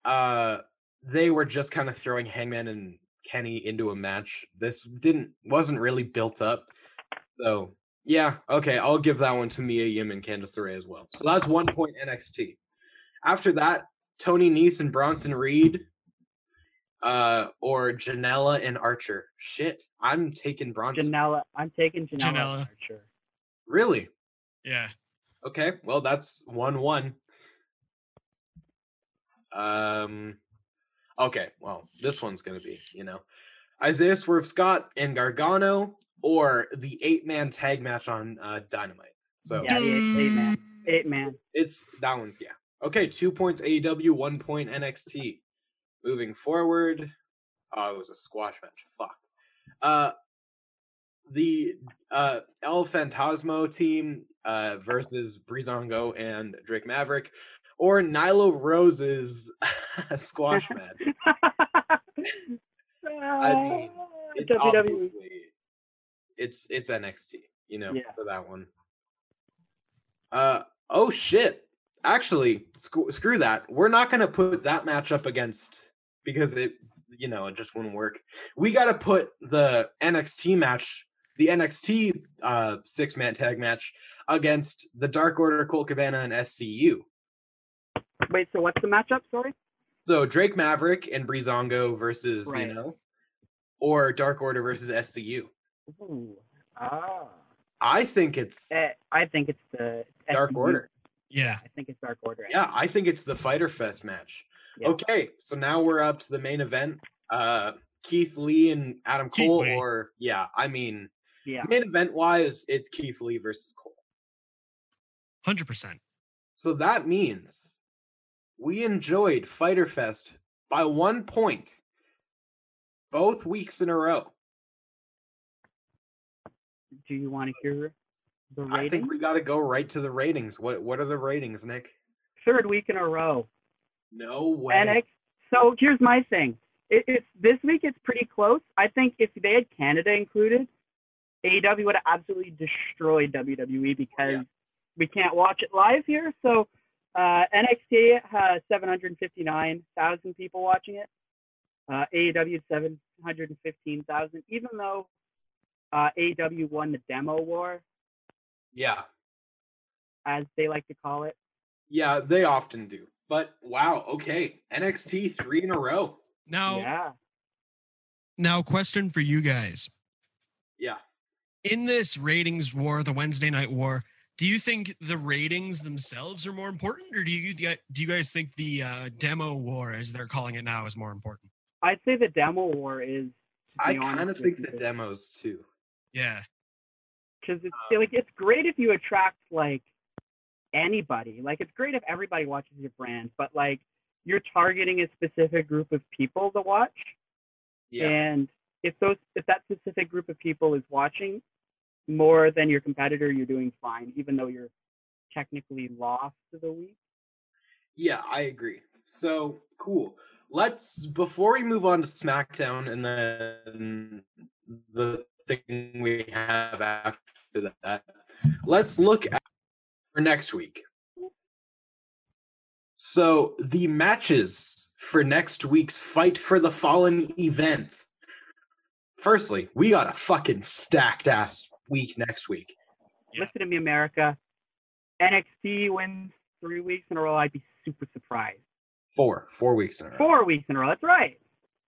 [SPEAKER 1] uh they were just kind of throwing Hangman and Kenny into a match. This didn't wasn't really built up. So yeah, okay, I'll give that one to Mia Yim and Candice LeRae as well. So that's one point NXT. After that, Tony Nese and Bronson Reed, uh, or Janela and Archer. Shit, I'm taking Bronson.
[SPEAKER 2] Janela. I'm taking Janela.
[SPEAKER 4] Janela.
[SPEAKER 2] Archer.
[SPEAKER 1] really?
[SPEAKER 4] Yeah.
[SPEAKER 1] Okay, well that's one one. Um okay, well, this one's gonna be, you know. Isaiah Swerve Scott and Gargano or the eight man tag match on uh, Dynamite. So
[SPEAKER 2] Yeah, the eight, eight man. Eight man.
[SPEAKER 1] it's that one's yeah. Okay, two points AEW, one point NXT. Moving forward. Oh, it was a squash match. Fuck. Uh the uh El Fantasmo team uh versus Breezango and Drake Maverick or Nilo Rose's squash match. mean, It's
[SPEAKER 2] WWE.
[SPEAKER 1] obviously it's it's NXT, you know,
[SPEAKER 2] Yeah.
[SPEAKER 1] for that one. Uh oh shit. Actually, sc- screw that. We're not going to put that match up against because it you know, it just wouldn't work. We got to put the NXT match, the NXT uh six-man tag match against the Dark Order, Colt Cabana and SCU.
[SPEAKER 2] Wait, so what's the matchup? Sorry.
[SPEAKER 1] So Drake Maverick and Breezango versus,
[SPEAKER 2] Right.
[SPEAKER 1] you know, or Dark Order versus SCU.
[SPEAKER 2] Ooh. Ah.
[SPEAKER 1] I think it's
[SPEAKER 2] Eh, I think it's the
[SPEAKER 1] Dark
[SPEAKER 2] SCU.
[SPEAKER 1] Order.
[SPEAKER 4] Yeah.
[SPEAKER 2] I think it's Dark Order.
[SPEAKER 1] Yeah, I think it's the Fighter Fest match.
[SPEAKER 2] Yeah.
[SPEAKER 1] Okay, so now we're up to the main event. Uh Keith Lee and Adam
[SPEAKER 4] Keith
[SPEAKER 1] Cole,
[SPEAKER 4] Lee.
[SPEAKER 1] or yeah, I mean,
[SPEAKER 2] Yeah.
[SPEAKER 1] main event wise, it's Keith Lee versus Cole.
[SPEAKER 4] Hundred percent.
[SPEAKER 1] So that means we enjoyed Fighter Fest by one point both weeks in a row.
[SPEAKER 2] Do you want to hear the
[SPEAKER 1] I
[SPEAKER 2] rating?
[SPEAKER 1] think we got to go right to the ratings. What What are the ratings, Nick?
[SPEAKER 2] Third week in a row.
[SPEAKER 1] No way.
[SPEAKER 2] NX. So here's my thing. It, it's this week. It's pretty close. I think if they had Canada included, AEW would have absolutely destroyed WWE because
[SPEAKER 1] Yeah.
[SPEAKER 2] we can't watch it live here. So uh, NXT has 759,000 people watching it. Uh, AEW 715,000. Even though uh, AEW won the demo war,
[SPEAKER 1] yeah,
[SPEAKER 2] as they like to call it.
[SPEAKER 1] yeah, they often do. But wow, okay, NXT three in a row.
[SPEAKER 4] Now,
[SPEAKER 2] Yeah.
[SPEAKER 4] now, question for you guys:
[SPEAKER 1] Yeah,
[SPEAKER 4] In this ratings war, the Wednesday night war, do you think the ratings themselves are more important, or do you do you guys think the uh, demo war, as they're calling it now, is more important?
[SPEAKER 2] I'd say the demo war is. to
[SPEAKER 1] I
[SPEAKER 2] be honest
[SPEAKER 1] kind of
[SPEAKER 2] with
[SPEAKER 1] think
[SPEAKER 2] you,
[SPEAKER 1] the demos too.
[SPEAKER 4] Yeah.
[SPEAKER 2] because it's like it's great if you attract like anybody. Like it's great if everybody watches your brand, but like you're targeting a specific group of people to watch,
[SPEAKER 1] Yeah,
[SPEAKER 2] and if those if that specific group of people is watching more than your competitor, you're doing fine, even though you're technically lost to the week.
[SPEAKER 1] yeah, I agree. So cool. Let's before we move on to SmackDown and then the thing we have after that. Let's look at for next week. So the matches for next week's Fight for the Fallen event. Firstly, we got a fucking stacked ass week next week.
[SPEAKER 4] Yeah.
[SPEAKER 2] Listen to me, America. NXT wins three weeks in a row. I'd be super surprised.
[SPEAKER 1] Four, four weeks in a row.
[SPEAKER 2] Four weeks in a row. That's right.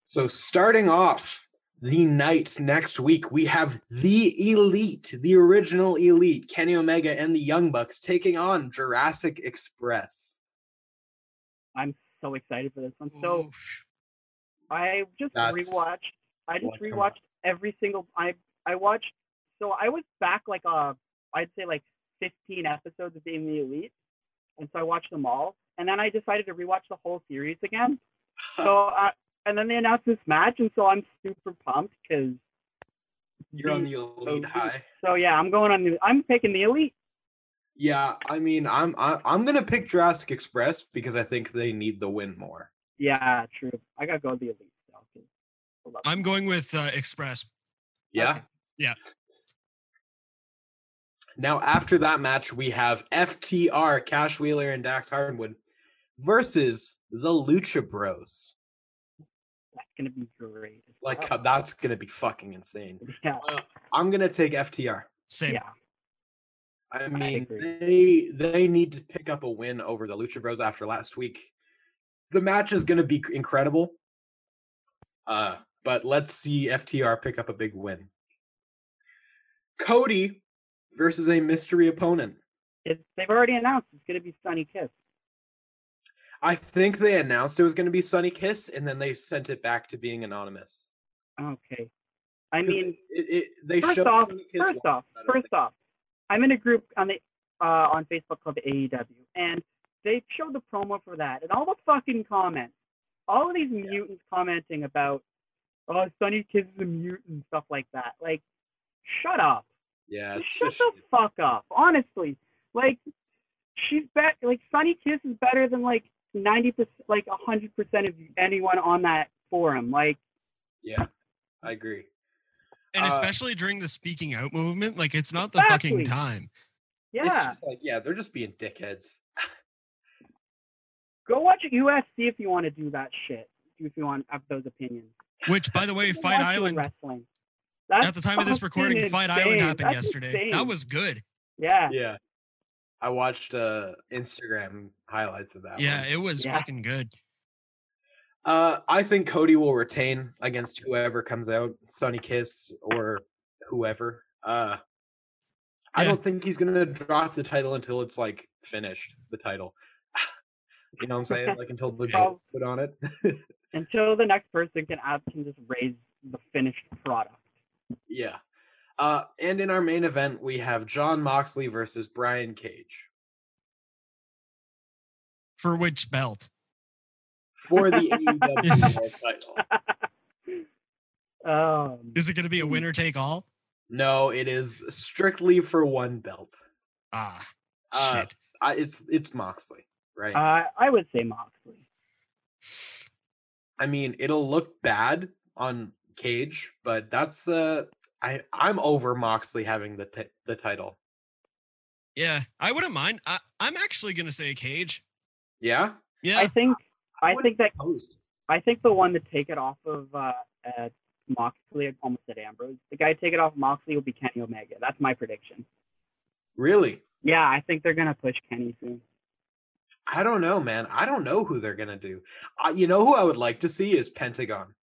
[SPEAKER 1] So starting off the night next week, we have the elite, the original elite, Kenny Omega and the Young Bucks taking on Jurassic Express.
[SPEAKER 2] I'm so excited for this. I'm so
[SPEAKER 4] Oof.
[SPEAKER 2] I just
[SPEAKER 1] That's
[SPEAKER 2] rewatched. I just
[SPEAKER 1] what come up.
[SPEAKER 2] rewatched every single. I I watched. So I was back like uh, I'd say like 15 episodes of Being the Elite, and so I watched them all. And then I decided to rewatch the whole series again. So I, and then they announced this match, and so I'm super pumped because.
[SPEAKER 1] You're on the elite high.
[SPEAKER 2] So yeah, I'm going on. The, I'm taking the Elite.
[SPEAKER 1] Yeah, I mean, I'm I, I'm gonna pick Jurassic Express because I think they need the win more.
[SPEAKER 2] Yeah, true. I gotta go with the Elite. So, 'cause I love
[SPEAKER 4] I'm going with uh, Express.
[SPEAKER 1] Yeah.
[SPEAKER 4] Yeah.
[SPEAKER 1] Now after that match, we have FTR, Cash Wheeler and Dax Hardwood versus the Lucha Bros.
[SPEAKER 2] that's gonna be great. Oh, as
[SPEAKER 1] Like uh,
[SPEAKER 2] well.
[SPEAKER 1] that's gonna be fucking insane.
[SPEAKER 2] yeah,
[SPEAKER 1] I'm gonna take FTR.
[SPEAKER 4] Same.
[SPEAKER 2] yeah.
[SPEAKER 1] I mean, they
[SPEAKER 2] agree.
[SPEAKER 1] they need to pick up a win over the Lucha Bros after last week. The match is going to be incredible. Uh, but let's see FTR pick up a big win. Cody versus a mystery opponent.
[SPEAKER 2] It's, they've already announced it's going to be Sunny Kiss.
[SPEAKER 1] I think they announced it was going to be Sunny Kiss, and then they sent it back to being anonymous.
[SPEAKER 2] Okay. I
[SPEAKER 1] 'Cause
[SPEAKER 2] mean,
[SPEAKER 1] it, it, they
[SPEAKER 2] first
[SPEAKER 1] showed
[SPEAKER 2] off,
[SPEAKER 1] Sonny Kiss
[SPEAKER 2] first
[SPEAKER 1] live,
[SPEAKER 2] off,
[SPEAKER 1] I don't
[SPEAKER 2] first
[SPEAKER 1] think.
[SPEAKER 2] off, I'm in a group on the uh, on Facebook called the AEW, and they showed the promo for that, and all the fucking comments, all of these mutants commenting about, oh, Sonny Kiss is a mutant and stuff like that. Like, shut up.
[SPEAKER 1] Yeah,
[SPEAKER 2] Just
[SPEAKER 1] it's
[SPEAKER 2] shut
[SPEAKER 1] just-
[SPEAKER 2] the fuck up, honestly. Like, she's bet like Sunny Kiss is better than like ninety percent, like hundred percent of anyone on that forum. Like,
[SPEAKER 1] yeah, I agree.
[SPEAKER 4] and
[SPEAKER 1] Uh,
[SPEAKER 4] especially during the speaking out movement, like it's not the
[SPEAKER 2] Exactly.
[SPEAKER 4] fucking time.
[SPEAKER 1] It's
[SPEAKER 2] yeah,
[SPEAKER 1] just like, yeah, they're just being dickheads.
[SPEAKER 2] go watch USC if you want to do that shit. If you want to have those opinions.
[SPEAKER 4] Which, by the way,
[SPEAKER 2] Go
[SPEAKER 4] Fight
[SPEAKER 2] watch
[SPEAKER 4] Island
[SPEAKER 2] wrestling. That's
[SPEAKER 4] at the time of this
[SPEAKER 2] fucking
[SPEAKER 4] recording, Fight
[SPEAKER 2] insane.
[SPEAKER 4] Island happened
[SPEAKER 2] That's
[SPEAKER 4] yesterday. That
[SPEAKER 2] insane.
[SPEAKER 4] was good.
[SPEAKER 2] yeah.
[SPEAKER 1] Yeah, I watched uh Instagram highlights of that.
[SPEAKER 4] Yeah,
[SPEAKER 1] one.
[SPEAKER 4] it was
[SPEAKER 2] Yeah.
[SPEAKER 4] fucking good.
[SPEAKER 1] uh, I think Cody will retain against whoever comes out, Sonny Kiss or whoever. Uh, I
[SPEAKER 4] Yeah.
[SPEAKER 1] don't think he's gonna drop the title until it's like finished. The title, you know what I'm saying? Like until the
[SPEAKER 2] Yeah.
[SPEAKER 1] put on it.
[SPEAKER 2] Until the next person can add can just raise the finished product.
[SPEAKER 1] yeah. Uh, and in our main event, we have John Moxley versus Brian Cage
[SPEAKER 4] For which belt?
[SPEAKER 1] for the AEW World title.
[SPEAKER 2] Um,
[SPEAKER 4] Is it going to be a winner take all?
[SPEAKER 1] No, it is strictly for one belt.
[SPEAKER 4] Ah,
[SPEAKER 1] Uh,
[SPEAKER 4] shit.
[SPEAKER 1] I, it's it's Moxley, right?
[SPEAKER 2] uh, I would say Moxley.
[SPEAKER 1] I mean, it'll look bad on Cage, but that's uh, I I'm over Moxley having the ti- the title.
[SPEAKER 4] Yeah, I wouldn't mind. I, I'm actually going to say Cage.
[SPEAKER 1] Yeah,
[SPEAKER 4] Yeah,
[SPEAKER 2] I think I
[SPEAKER 1] wouldn't
[SPEAKER 2] think that
[SPEAKER 1] post.
[SPEAKER 2] I think the one to take it off of uh, uh, Moxley, I almost said Ambrose. The guy to take it off Moxley will be Kenny Omega. That's my prediction.
[SPEAKER 1] Really,
[SPEAKER 2] Yeah, I think they're gonna push Kenny soon.
[SPEAKER 1] I don't know, man. I don't know who they're gonna do. I, you know who I would like to see is Pentagon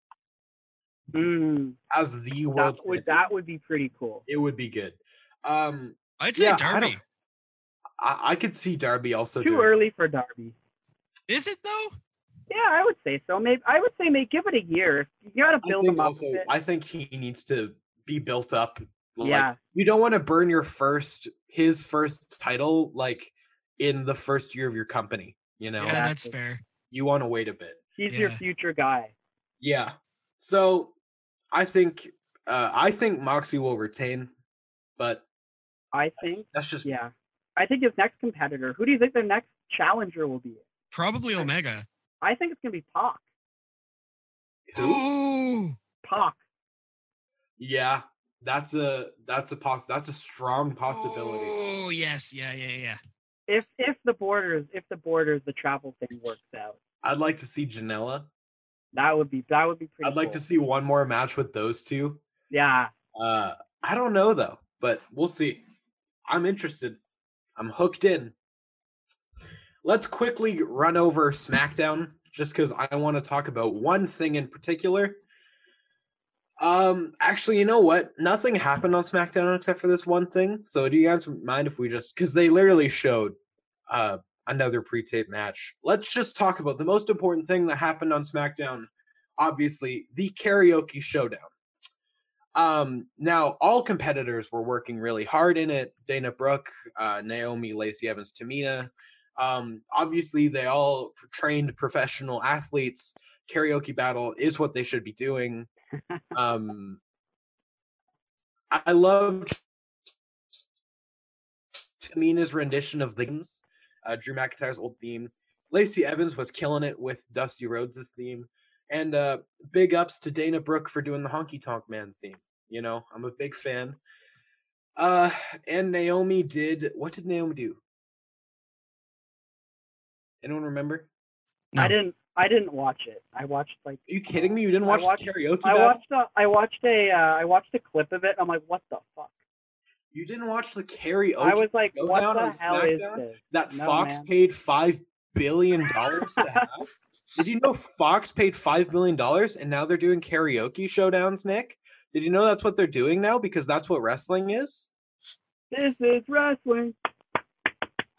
[SPEAKER 2] Mm,
[SPEAKER 1] as the
[SPEAKER 2] that
[SPEAKER 1] world.
[SPEAKER 2] would
[SPEAKER 1] champion.
[SPEAKER 2] that would be pretty cool.
[SPEAKER 1] it would be good. Um,
[SPEAKER 4] I'd say
[SPEAKER 1] yeah, I
[SPEAKER 4] Darby.
[SPEAKER 1] don't- I, I could see Darby also.
[SPEAKER 2] Too
[SPEAKER 1] doing it.
[SPEAKER 2] early for Darby.
[SPEAKER 4] Is it though?
[SPEAKER 2] Yeah, I would say so. Maybe I would say maybe give it a year. You gotta
[SPEAKER 1] I
[SPEAKER 2] build
[SPEAKER 1] think
[SPEAKER 2] him up. a
[SPEAKER 1] also,
[SPEAKER 2] bit.
[SPEAKER 1] I think he needs to be built up. Like,
[SPEAKER 2] yeah,
[SPEAKER 1] you don't want to burn your first his first title like in the first year of your company you know
[SPEAKER 4] Yeah, that's
[SPEAKER 2] Exactly.
[SPEAKER 4] fair.
[SPEAKER 1] you want to wait a bit
[SPEAKER 2] he's your
[SPEAKER 4] yeah.
[SPEAKER 2] future guy.
[SPEAKER 1] yeah so i think uh i think moxie will retain but
[SPEAKER 2] I think.
[SPEAKER 1] that's just
[SPEAKER 2] Yeah, I think his next competitor. Who do you think their next challenger will be?
[SPEAKER 4] Probably Omega.
[SPEAKER 2] I think it's gonna be Pac.
[SPEAKER 1] who?
[SPEAKER 4] Ooh,
[SPEAKER 2] Pac.
[SPEAKER 1] yeah that's a that's a poss that's a strong possibility
[SPEAKER 4] Oh yes, yeah, yeah, yeah.
[SPEAKER 2] If if the borders if the borders the travel thing works out,
[SPEAKER 1] i'd like to see janela
[SPEAKER 2] that would be that would be pretty.
[SPEAKER 1] i'd like to
[SPEAKER 2] cool.
[SPEAKER 1] see one more match with those two
[SPEAKER 2] Yeah,
[SPEAKER 1] uh i don't know though but we'll see i'm interested i'm hooked in let's quickly run over smackdown just because i want to talk about one thing in particular um actually you know what nothing happened on smackdown except for this one thing so do you guys mind if we just because they literally showed uh another pre-tape match let's just talk about the most important thing that happened on smackdown obviously the karaoke showdown um, now, all competitors were working really hard in it. Dana Brooke, uh, Naomi, Lacey Evans, Tamina. Um, obviously, they all trained professional athletes. Karaoke battle is what they should be doing. Um, I I loved Tamina's rendition of the games, uh, Drew McIntyre's old theme. Lacey Evans was killing it with Dusty Rhodes' theme. And uh, big ups to Dana Brooke for doing the Honky Tonk Man theme. You know, I'm a big fan. Uh, and Naomi did. What did Naomi do? Anyone remember?
[SPEAKER 4] No.
[SPEAKER 2] I didn't I didn't watch it. I watched like
[SPEAKER 1] Are you kidding me? You didn't watch
[SPEAKER 2] watched-
[SPEAKER 1] the karaoke?
[SPEAKER 2] I
[SPEAKER 1] battle?
[SPEAKER 2] watched a I watched a uh, I watched a clip of it. And I'm like, what the fuck?
[SPEAKER 1] You didn't watch the karaoke
[SPEAKER 2] I was like,
[SPEAKER 1] Go
[SPEAKER 2] what
[SPEAKER 1] down
[SPEAKER 2] the
[SPEAKER 1] on
[SPEAKER 2] hell is
[SPEAKER 1] SmackDown?
[SPEAKER 2] this?
[SPEAKER 1] that
[SPEAKER 2] no,
[SPEAKER 1] Fox
[SPEAKER 2] man.
[SPEAKER 1] paid five billion dollars to have? Did you know Fox paid five billion dollars and now they're doing karaoke showdowns, Nick? Did you know that's what they're doing now? Because that's what wrestling is?
[SPEAKER 2] This is wrestling.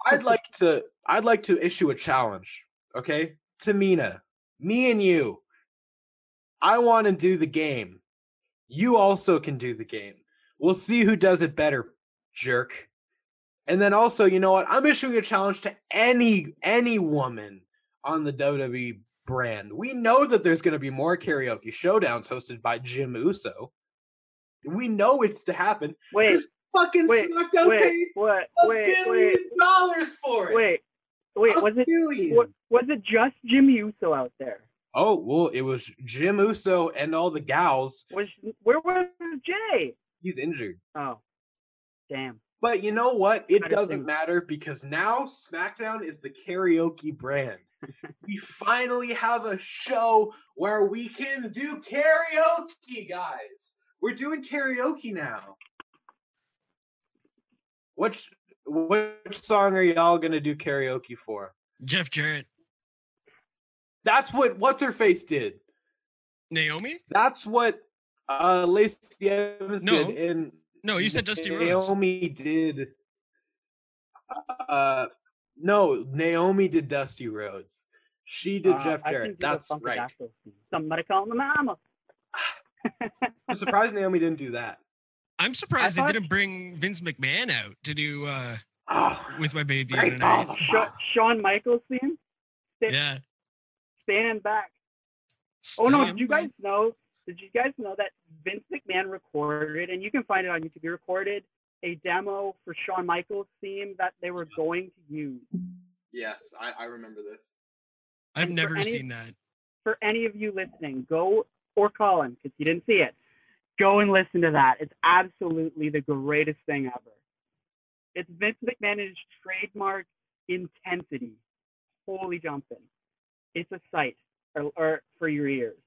[SPEAKER 1] I'd like to I'd like to issue a challenge, okay? To Mina. Me and you. I want to do the game. You also can do the game. We'll see who does it better, jerk. And then also, you know what? I'm issuing a challenge to any any woman on the WWE brand. We know that there's going to be more karaoke showdowns hosted by Jim Uso. We know it's to happen.
[SPEAKER 2] Wait,
[SPEAKER 1] Fucking
[SPEAKER 2] Wait,
[SPEAKER 1] SmackDown paid
[SPEAKER 2] wait, what?
[SPEAKER 1] a
[SPEAKER 2] Wait,
[SPEAKER 1] billion
[SPEAKER 2] wait,
[SPEAKER 1] dollars for it.
[SPEAKER 2] wait, wait.
[SPEAKER 1] A
[SPEAKER 2] Was it
[SPEAKER 1] billion.
[SPEAKER 2] wa- was it just Jimmy Uso out there?
[SPEAKER 1] Oh well, it was Jim Uso and all the gals.
[SPEAKER 2] Was where was Jay?
[SPEAKER 1] He's injured,
[SPEAKER 2] Oh, damn.
[SPEAKER 1] but you know what? It
[SPEAKER 2] Kinda
[SPEAKER 1] doesn't
[SPEAKER 2] thing.
[SPEAKER 1] matter because now SmackDown is the karaoke brand. we finally have a show where we can do karaoke, guys. We're doing karaoke now. Which which song are y'all gonna do karaoke for?
[SPEAKER 4] Jeff Jarrett,
[SPEAKER 1] That's what what's her face did.
[SPEAKER 4] Naomi?
[SPEAKER 1] That's what uh Lacey Evans
[SPEAKER 4] No.
[SPEAKER 1] did in
[SPEAKER 4] No, Oh, you said Dusty Rhodes.
[SPEAKER 1] Naomi did uh no, Naomi did Dusty Rhodes. She did
[SPEAKER 4] Ah,
[SPEAKER 2] Uh,
[SPEAKER 1] Jeff
[SPEAKER 2] I
[SPEAKER 1] Jarrett.
[SPEAKER 2] think these are
[SPEAKER 1] That's
[SPEAKER 2] funky
[SPEAKER 1] right.
[SPEAKER 2] gospel tunes. Somebody call my mama.
[SPEAKER 1] I'm surprised Naomi didn't do that.
[SPEAKER 4] I'm surprised
[SPEAKER 2] I
[SPEAKER 4] they
[SPEAKER 2] thought-
[SPEAKER 4] didn't bring Vince McMahon out to do uh,
[SPEAKER 1] Oh,
[SPEAKER 4] with my baby
[SPEAKER 1] great
[SPEAKER 4] tonight.
[SPEAKER 1] balls of
[SPEAKER 2] Sha-
[SPEAKER 1] fire.
[SPEAKER 2] Shawn Michaels theme. Sta-
[SPEAKER 4] Yeah.
[SPEAKER 2] Stand back. Oh no!
[SPEAKER 4] Stand
[SPEAKER 2] Did you
[SPEAKER 4] by.
[SPEAKER 2] guys know? Did you guys know that Vince McMahon recorded, and you can find it on YouTube. He recorded a demo for Shawn Michaels' theme that they were going to use.
[SPEAKER 1] Yes, I, I remember this.
[SPEAKER 4] I've
[SPEAKER 2] and for
[SPEAKER 4] never
[SPEAKER 2] any-
[SPEAKER 4] seen that.
[SPEAKER 2] For any of you listening, go or Colin, because you didn't see it. Go and listen to that. It's absolutely the greatest thing ever. It's Vince McMahon's trademark intensity. Holy jumping! It's a sight, or, or for your ears.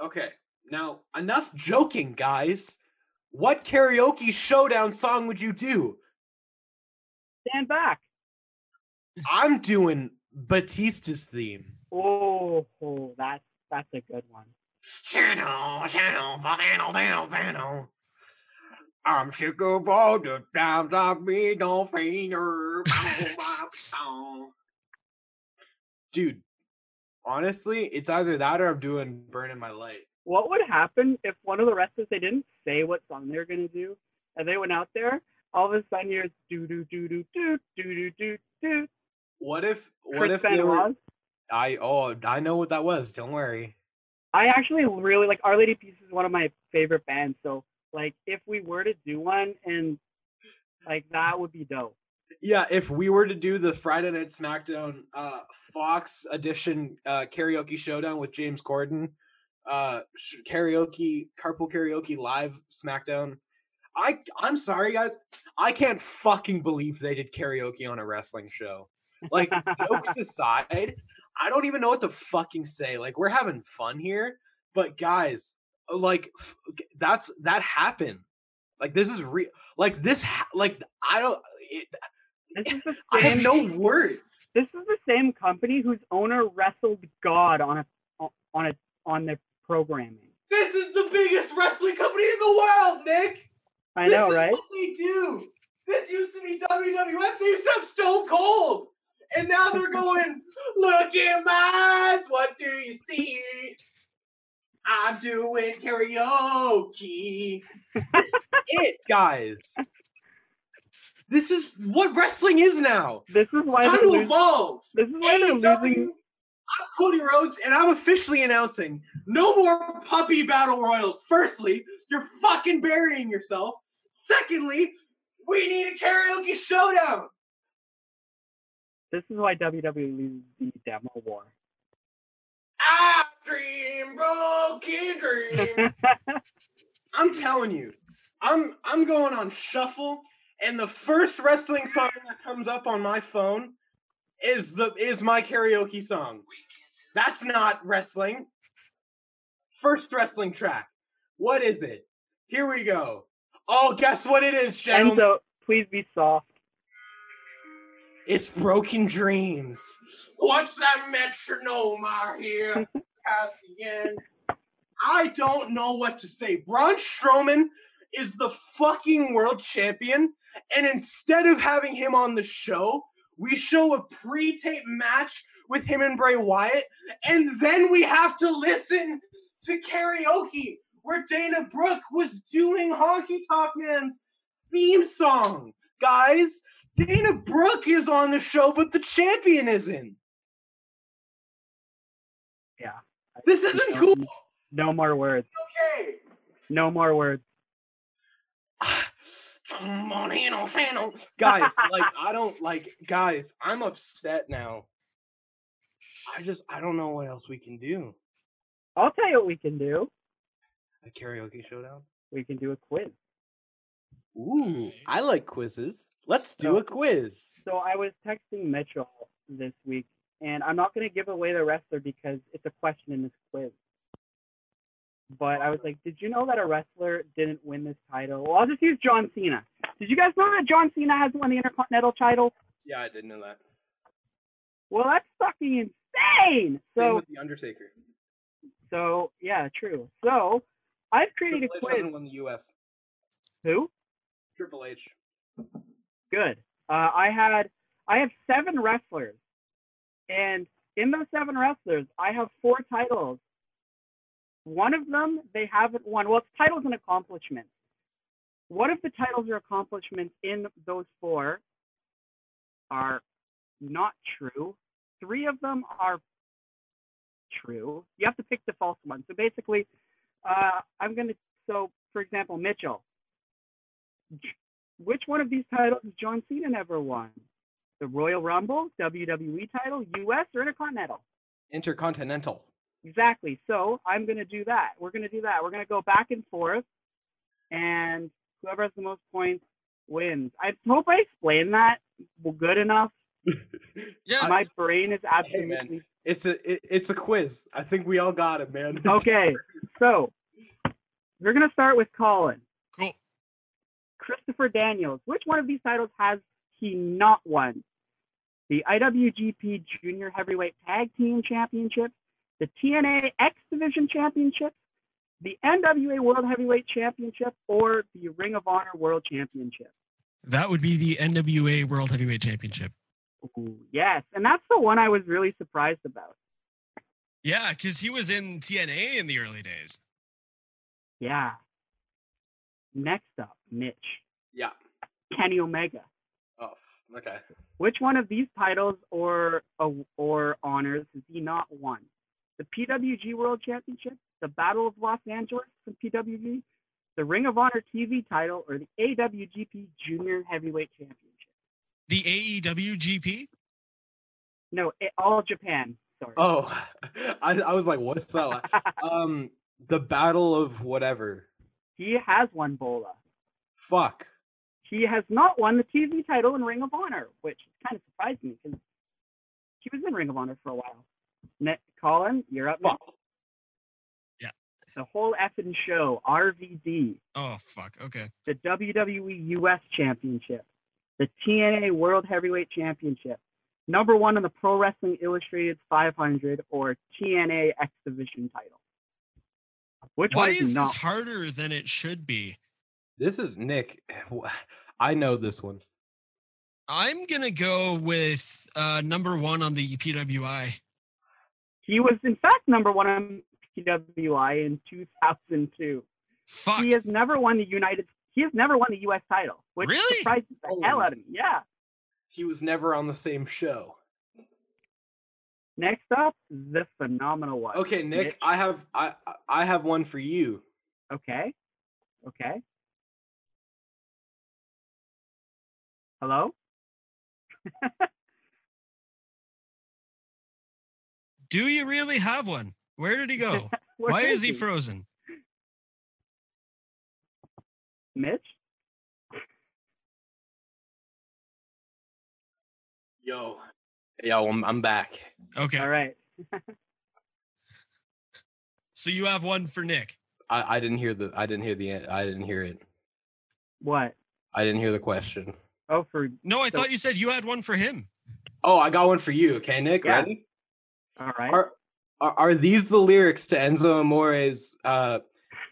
[SPEAKER 1] Okay. Now, enough joking, guys. What karaoke showdown song would you do?
[SPEAKER 2] Stand back.
[SPEAKER 1] I'm doing Batista's theme.
[SPEAKER 2] Oh, oh, that's that's a good one.
[SPEAKER 1] Shadow, shadow, volcano, volcano, volcano. I'm sick of all the times I've been on finger. Dude, honestly, it's either that or I'm doing Burning My Light.
[SPEAKER 2] What would happen if one of the wrestlers they didn't say what song they were gonna do, and they went out there? All of a sudden, you're do do do do do do do do do.
[SPEAKER 1] What if, what
[SPEAKER 2] Chris
[SPEAKER 1] if they were,
[SPEAKER 2] Benoit.
[SPEAKER 1] I, oh, I know what that was. Don't worry.
[SPEAKER 2] I actually really like Our Lady Peace is one of my favorite bands. So like, if we were to do one, and like that would be dope.
[SPEAKER 1] Yeah, if we were to do the Friday Night SmackDown uh, Fox edition uh, karaoke showdown with James Corden, uh, sh- karaoke carpool karaoke live SmackDown. I I'm sorry guys, I can't fucking believe they did karaoke on a wrestling show. Like jokes aside, I don't even know what to fucking say. Like we're having fun here, but guys, like f- that's that happened. Like this is real. Like this. Ha- like I don't. It,
[SPEAKER 2] This is the
[SPEAKER 1] I
[SPEAKER 2] same.
[SPEAKER 1] have no words.
[SPEAKER 2] This is the same company whose owner wrestled God on a on a on their programming.
[SPEAKER 1] This is the biggest wrestling company in the world, Nick.
[SPEAKER 2] I
[SPEAKER 1] this
[SPEAKER 2] know,
[SPEAKER 1] is
[SPEAKER 2] right?
[SPEAKER 1] What they do. This used to be WWF. They used to have Stone Cold, and now they're going. Look in my eyes. What do you see? I'm doing karaoke. This is it, guys. This is what wrestling is now.
[SPEAKER 2] This is
[SPEAKER 1] It's
[SPEAKER 2] why
[SPEAKER 1] time
[SPEAKER 2] they're
[SPEAKER 1] to
[SPEAKER 2] losing.
[SPEAKER 1] evolve.
[SPEAKER 2] This is why they're
[SPEAKER 1] AEW,
[SPEAKER 2] losing.
[SPEAKER 1] I'm Cody Rhodes, and I'm officially announcing no more puppy battle royals. Firstly, you're fucking burying yourself. Secondly, we need a karaoke showdown.
[SPEAKER 2] This is why WWE loses the demo war.
[SPEAKER 1] I dream broken dream. I'm telling you, I'm I'm going on shuffle, and the first wrestling song that comes up on my phone is the is my karaoke song. That's not wrestling. First wrestling track. What is it? Here we go. Oh, guess what it is,
[SPEAKER 2] and
[SPEAKER 1] gentlemen.
[SPEAKER 2] so, please be soft.
[SPEAKER 1] It's broken dreams. What's that metronome out here? Pass again. I don't know what to say. Braun Strowman is the fucking world champion, and instead of having him on the show, we show a pre-tape match with him and Bray Wyatt, and then we have to listen to karaoke where Dana Brooke was doing Honky Tonk Man's theme song. Guys, Dana Brooke is on the show, but the champion isn't.
[SPEAKER 2] Yeah.
[SPEAKER 1] This isn't cool.
[SPEAKER 2] No more words.
[SPEAKER 1] Okay.
[SPEAKER 2] No more words.
[SPEAKER 1] guys, like I don't like guys, I'm upset now. I just I don't know what else we can do.
[SPEAKER 2] I'll tell you what we can do.
[SPEAKER 1] A karaoke showdown?
[SPEAKER 2] We can do a quiz.
[SPEAKER 1] Ooh, I like quizzes. Let's do
[SPEAKER 2] No.
[SPEAKER 1] a quiz.
[SPEAKER 2] So I was texting Mitchell this week, and I'm not going to give away the wrestler because it's a question in this quiz. But I was like, did you know that a wrestler didn't win this title? Well, I'll just use John Cena. Did you guys know that John Cena hasn't won the Intercontinental title?
[SPEAKER 1] Yeah, I didn't know that.
[SPEAKER 2] Well, that's fucking insane. So,
[SPEAKER 1] the Undertaker.
[SPEAKER 2] so yeah, true. So I've created a quiz.
[SPEAKER 1] won the US.
[SPEAKER 2] Who?
[SPEAKER 1] Triple H.
[SPEAKER 2] good. Uh, I had I have seven wrestlers, and in those seven wrestlers, I have four titles. One of them they haven't won. Well, it's titles and accomplishments. One of the titles or accomplishments in those four are not true. Three of them are true. You have to pick the false one. So basically, uh, I'm gonna. So for example, Mitchell which one of these titles has John Cena never won? The Royal Rumble, WWE title, US, or Intercontinental?
[SPEAKER 1] Intercontinental.
[SPEAKER 2] Exactly. So I'm going to do that. We're going to do that. We're going to go back and forth, and whoever has the most points wins. I hope I explained that good enough.
[SPEAKER 4] Yeah,
[SPEAKER 1] Uh,
[SPEAKER 2] My brain is
[SPEAKER 1] Hey, man.
[SPEAKER 2] absolutely
[SPEAKER 1] It's a it, it's a quiz. I think we all got it, man.
[SPEAKER 2] okay. So we're going to start with Colin.
[SPEAKER 4] cool.
[SPEAKER 2] Christopher Daniels. Which one of these titles has he not won? The IWGP Junior Heavyweight Tag Team Championship, the TNA X Division Championship, the NWA World Heavyweight Championship, or the Ring of Honor World Championship.
[SPEAKER 4] That would be the NWA World Heavyweight Championship.
[SPEAKER 2] Ooh, yes, and that's the one I was really surprised about.
[SPEAKER 4] Yeah, because he was in TNA in the early days.
[SPEAKER 2] Yeah. Next up, Mitch.
[SPEAKER 1] Yeah.
[SPEAKER 2] Kenny Omega.
[SPEAKER 1] Oh, okay.
[SPEAKER 2] Which one of these titles or uh, or honors has he not won? The PWG World Championship, the Battle of Los Angeles from PWG, the Ring of Honor TV title, or the AWGP Junior Heavyweight Championship?
[SPEAKER 4] The E AEW GP?
[SPEAKER 2] No, it, all Japan. Sorry.
[SPEAKER 1] Oh, I, I was like, what's that? like? um, the Battle of whatever.
[SPEAKER 2] he has won Bola.
[SPEAKER 1] Fuck.
[SPEAKER 2] He has not won the TV title in Ring of Honor, which kind of surprised me because he was in Ring of Honor for a while. Net, Colin, you're up.
[SPEAKER 1] Fuck.
[SPEAKER 4] Yeah.
[SPEAKER 2] The whole effing show, RVD.
[SPEAKER 4] Oh, fuck. Okay.
[SPEAKER 2] the WWE US Championship, the TNA World Heavyweight Championship, number one on the Pro Wrestling Illustrated 500 or TNA X Division title. Which
[SPEAKER 4] Why
[SPEAKER 2] one is
[SPEAKER 4] is
[SPEAKER 2] not?
[SPEAKER 4] this harder than it should be?
[SPEAKER 1] This is Nick. I know this one.
[SPEAKER 4] I'm going to go with uh, number one on the PWI.
[SPEAKER 2] He was in fact number one on PWI in 2002.
[SPEAKER 4] Fuck.
[SPEAKER 2] He has never won the United. He has never won the US title, which
[SPEAKER 4] Really?
[SPEAKER 2] surprised the
[SPEAKER 1] Oh.
[SPEAKER 2] hell out of me. Yeah.
[SPEAKER 1] He was never on the same show.
[SPEAKER 2] Next up, the phenomenal one.
[SPEAKER 1] Okay, Nick, I have I I have one for you.
[SPEAKER 2] Okay. Okay. Hello?
[SPEAKER 4] Do you really have one? Where did he go?
[SPEAKER 2] Where
[SPEAKER 4] Why is he
[SPEAKER 2] he?
[SPEAKER 4] frozen?
[SPEAKER 2] Mitch?
[SPEAKER 1] Yo, yo, I'm I'm back.
[SPEAKER 4] Okay.
[SPEAKER 2] All right.
[SPEAKER 4] So you have one for Nick.
[SPEAKER 1] I I didn't hear the I didn't hear the en- I didn't hear it.
[SPEAKER 2] What?
[SPEAKER 1] I didn't hear the question.
[SPEAKER 2] Oh, for
[SPEAKER 4] No, I
[SPEAKER 2] So-
[SPEAKER 4] thought you said you had one for him.
[SPEAKER 1] Oh, I got one for you. Okay, Nick,
[SPEAKER 2] Yeah.
[SPEAKER 1] ready?
[SPEAKER 2] all right.
[SPEAKER 1] Are, are are these the lyrics to Enzo Amore's uh,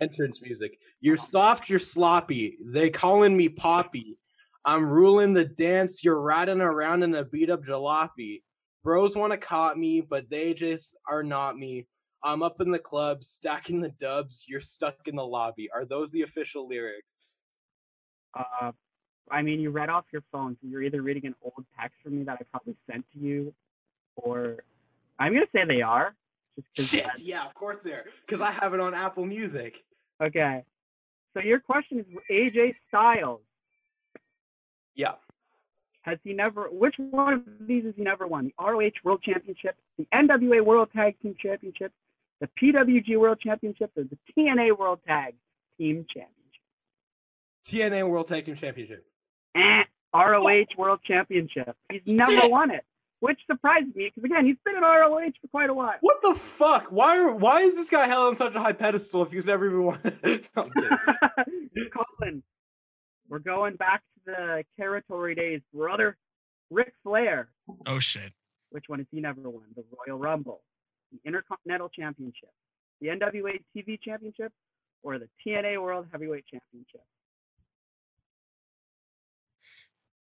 [SPEAKER 1] entrance music? You're soft, you're sloppy. They calling me Poppy. I'm ruling the dance. You're riding around in a beat up jalopy. Bros want to cop me, but they just are not me. I'm up in the club, stacking the dubs. You're stuck in the lobby. Are those the official lyrics?
[SPEAKER 2] Uh, I mean, you read off your phone, so you're either reading an old text from me that I probably sent to you, or I'm gonna say they are. Just 'cause
[SPEAKER 1] Shit, yeah, of course they're. Because I have it on Apple Music.
[SPEAKER 2] that- Okay. So your question is AJ Styles.
[SPEAKER 1] Yeah.
[SPEAKER 2] Has he never? Which one of these has he never won? The ROH World Championship, the NWA World Tag Team Championship, the PWG World Championship, or the TNA World Tag Team Championship.
[SPEAKER 1] TNA World Tag Team Championship.
[SPEAKER 2] eh, ROH World Championship. He's never won it, which surprised me because again, he's been in ROH for quite a while.
[SPEAKER 1] What the fuck? Why are why is this guy held on such a high pedestal if he's never even won? No, I'm kidding.
[SPEAKER 2] Colin, we're going back to the territory days, brother. Ric Flair,
[SPEAKER 4] Oh shit.
[SPEAKER 2] which one has he never won? The Royal Rumble, the Intercontinental Championship, the NWA TV Championship, or the TNA World Heavyweight Championship.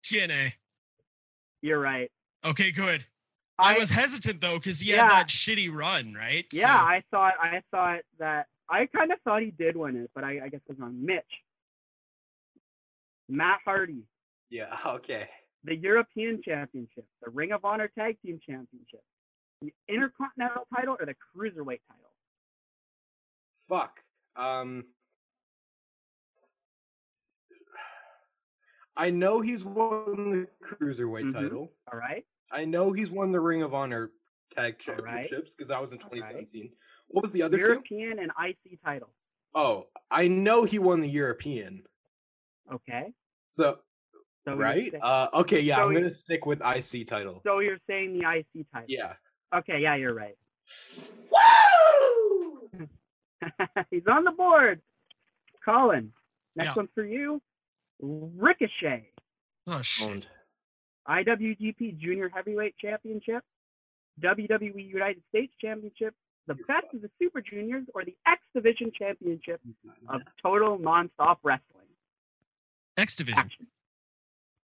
[SPEAKER 4] TNA.
[SPEAKER 2] You're right.
[SPEAKER 4] Okay, good. I, was hesitant though because he had
[SPEAKER 2] Yeah.
[SPEAKER 4] that shitty run, right? So-
[SPEAKER 2] Yeah, I thought I thought that I kind of thought he did win it, but I, I guess I was wrong. Mitch, Matt Hardy,
[SPEAKER 1] yeah, okay.
[SPEAKER 2] the European Championship, the Ring of Honor Tag Team Championship, the Intercontinental title, or the Cruiserweight title.
[SPEAKER 1] Fuck. Um I know he's won the cruiserweight
[SPEAKER 2] Mhm.
[SPEAKER 1] title.
[SPEAKER 2] All right,
[SPEAKER 1] I know he's won the Ring of Honor tag
[SPEAKER 2] All right.
[SPEAKER 1] championships because that was in
[SPEAKER 2] All right.
[SPEAKER 1] 2017. What was the other two?
[SPEAKER 2] European and IC title.
[SPEAKER 1] Oh, I know he won the European.
[SPEAKER 2] Okay,
[SPEAKER 1] So
[SPEAKER 2] so you're
[SPEAKER 1] right?
[SPEAKER 2] sa-
[SPEAKER 1] Uh, okay, yeah,
[SPEAKER 2] so
[SPEAKER 1] I'm
[SPEAKER 2] he-
[SPEAKER 1] gonna stick with IC title.
[SPEAKER 2] so you're saying the IC title?
[SPEAKER 1] yeah.
[SPEAKER 2] Okay, yeah, you're right.
[SPEAKER 1] Woo!
[SPEAKER 2] He's on the board. Colin, next
[SPEAKER 4] Yeah.
[SPEAKER 2] one for you. Ricochet.
[SPEAKER 4] Oh shit.
[SPEAKER 1] Owned.
[SPEAKER 2] IWGP Junior Heavyweight Championship, WWE United States Championship, the Best of the Super Juniors, or the X Division Championship of Total Nonstop Wrestling.
[SPEAKER 4] X Division.
[SPEAKER 2] Action.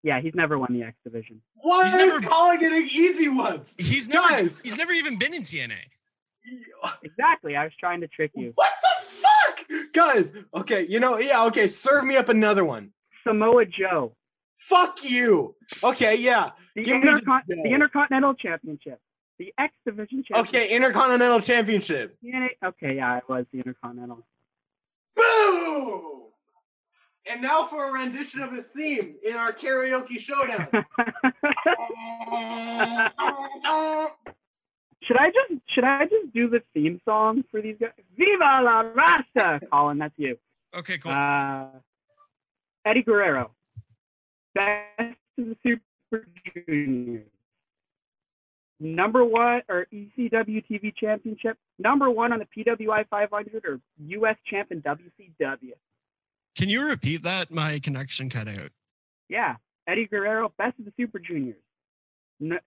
[SPEAKER 2] Yeah, he's never won the X Division.
[SPEAKER 1] Why
[SPEAKER 4] He's
[SPEAKER 1] are
[SPEAKER 4] never-
[SPEAKER 1] you calling it an easy ones?
[SPEAKER 4] He's never
[SPEAKER 1] Guys.
[SPEAKER 4] he's never even been in TNA.
[SPEAKER 2] Exactly. I was trying to trick you.
[SPEAKER 1] What the fuck? Guys, okay, you know, yeah, okay, serve me up another one.
[SPEAKER 2] Samoa Joe,
[SPEAKER 1] Fuck you. Okay, yeah.
[SPEAKER 2] the,
[SPEAKER 1] Give me the
[SPEAKER 2] Intercon-
[SPEAKER 1] Joe.
[SPEAKER 2] the Intercontinental Championship, the X Division Championship.
[SPEAKER 1] Okay, Intercontinental Championship.
[SPEAKER 2] TNA okay, yeah, it was the Intercontinental.
[SPEAKER 1] Boom! And now for a rendition of his theme in our karaoke showdown.
[SPEAKER 2] Should I just should I just do the theme song for these guys? Viva la Rasta, Colin. That's you.
[SPEAKER 4] Okay, cool.
[SPEAKER 2] Uh, Eddie Guerrero, best of the Super Juniors, number one or E ECW TV Championship, number one on the PWI 500 or US champ in WCW.
[SPEAKER 4] Can you repeat that? My connection cut out.
[SPEAKER 2] Yeah, Eddie Guerrero, best of the Super Juniors, N-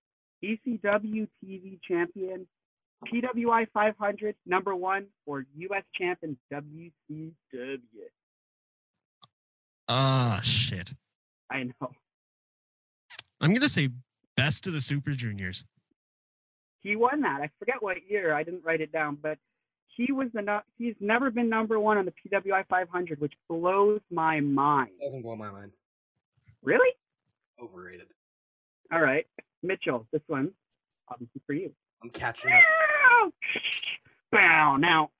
[SPEAKER 2] E ECW TV Champion, PWI 500, number one or US champ in WCW.
[SPEAKER 4] Ah shit.
[SPEAKER 2] I know.
[SPEAKER 4] I'm gonna say best of the Super Juniors.
[SPEAKER 2] he won that. I forget what year. I didn't write it down, but he was the nu- he's never been number one on the PWI 500, which blows my mind.
[SPEAKER 1] Doesn't blow my mind.
[SPEAKER 2] Really?
[SPEAKER 1] Overrated.
[SPEAKER 2] All right, Mitchell, this one obviously for you.
[SPEAKER 1] I'm catching up.
[SPEAKER 2] Bow, bow now,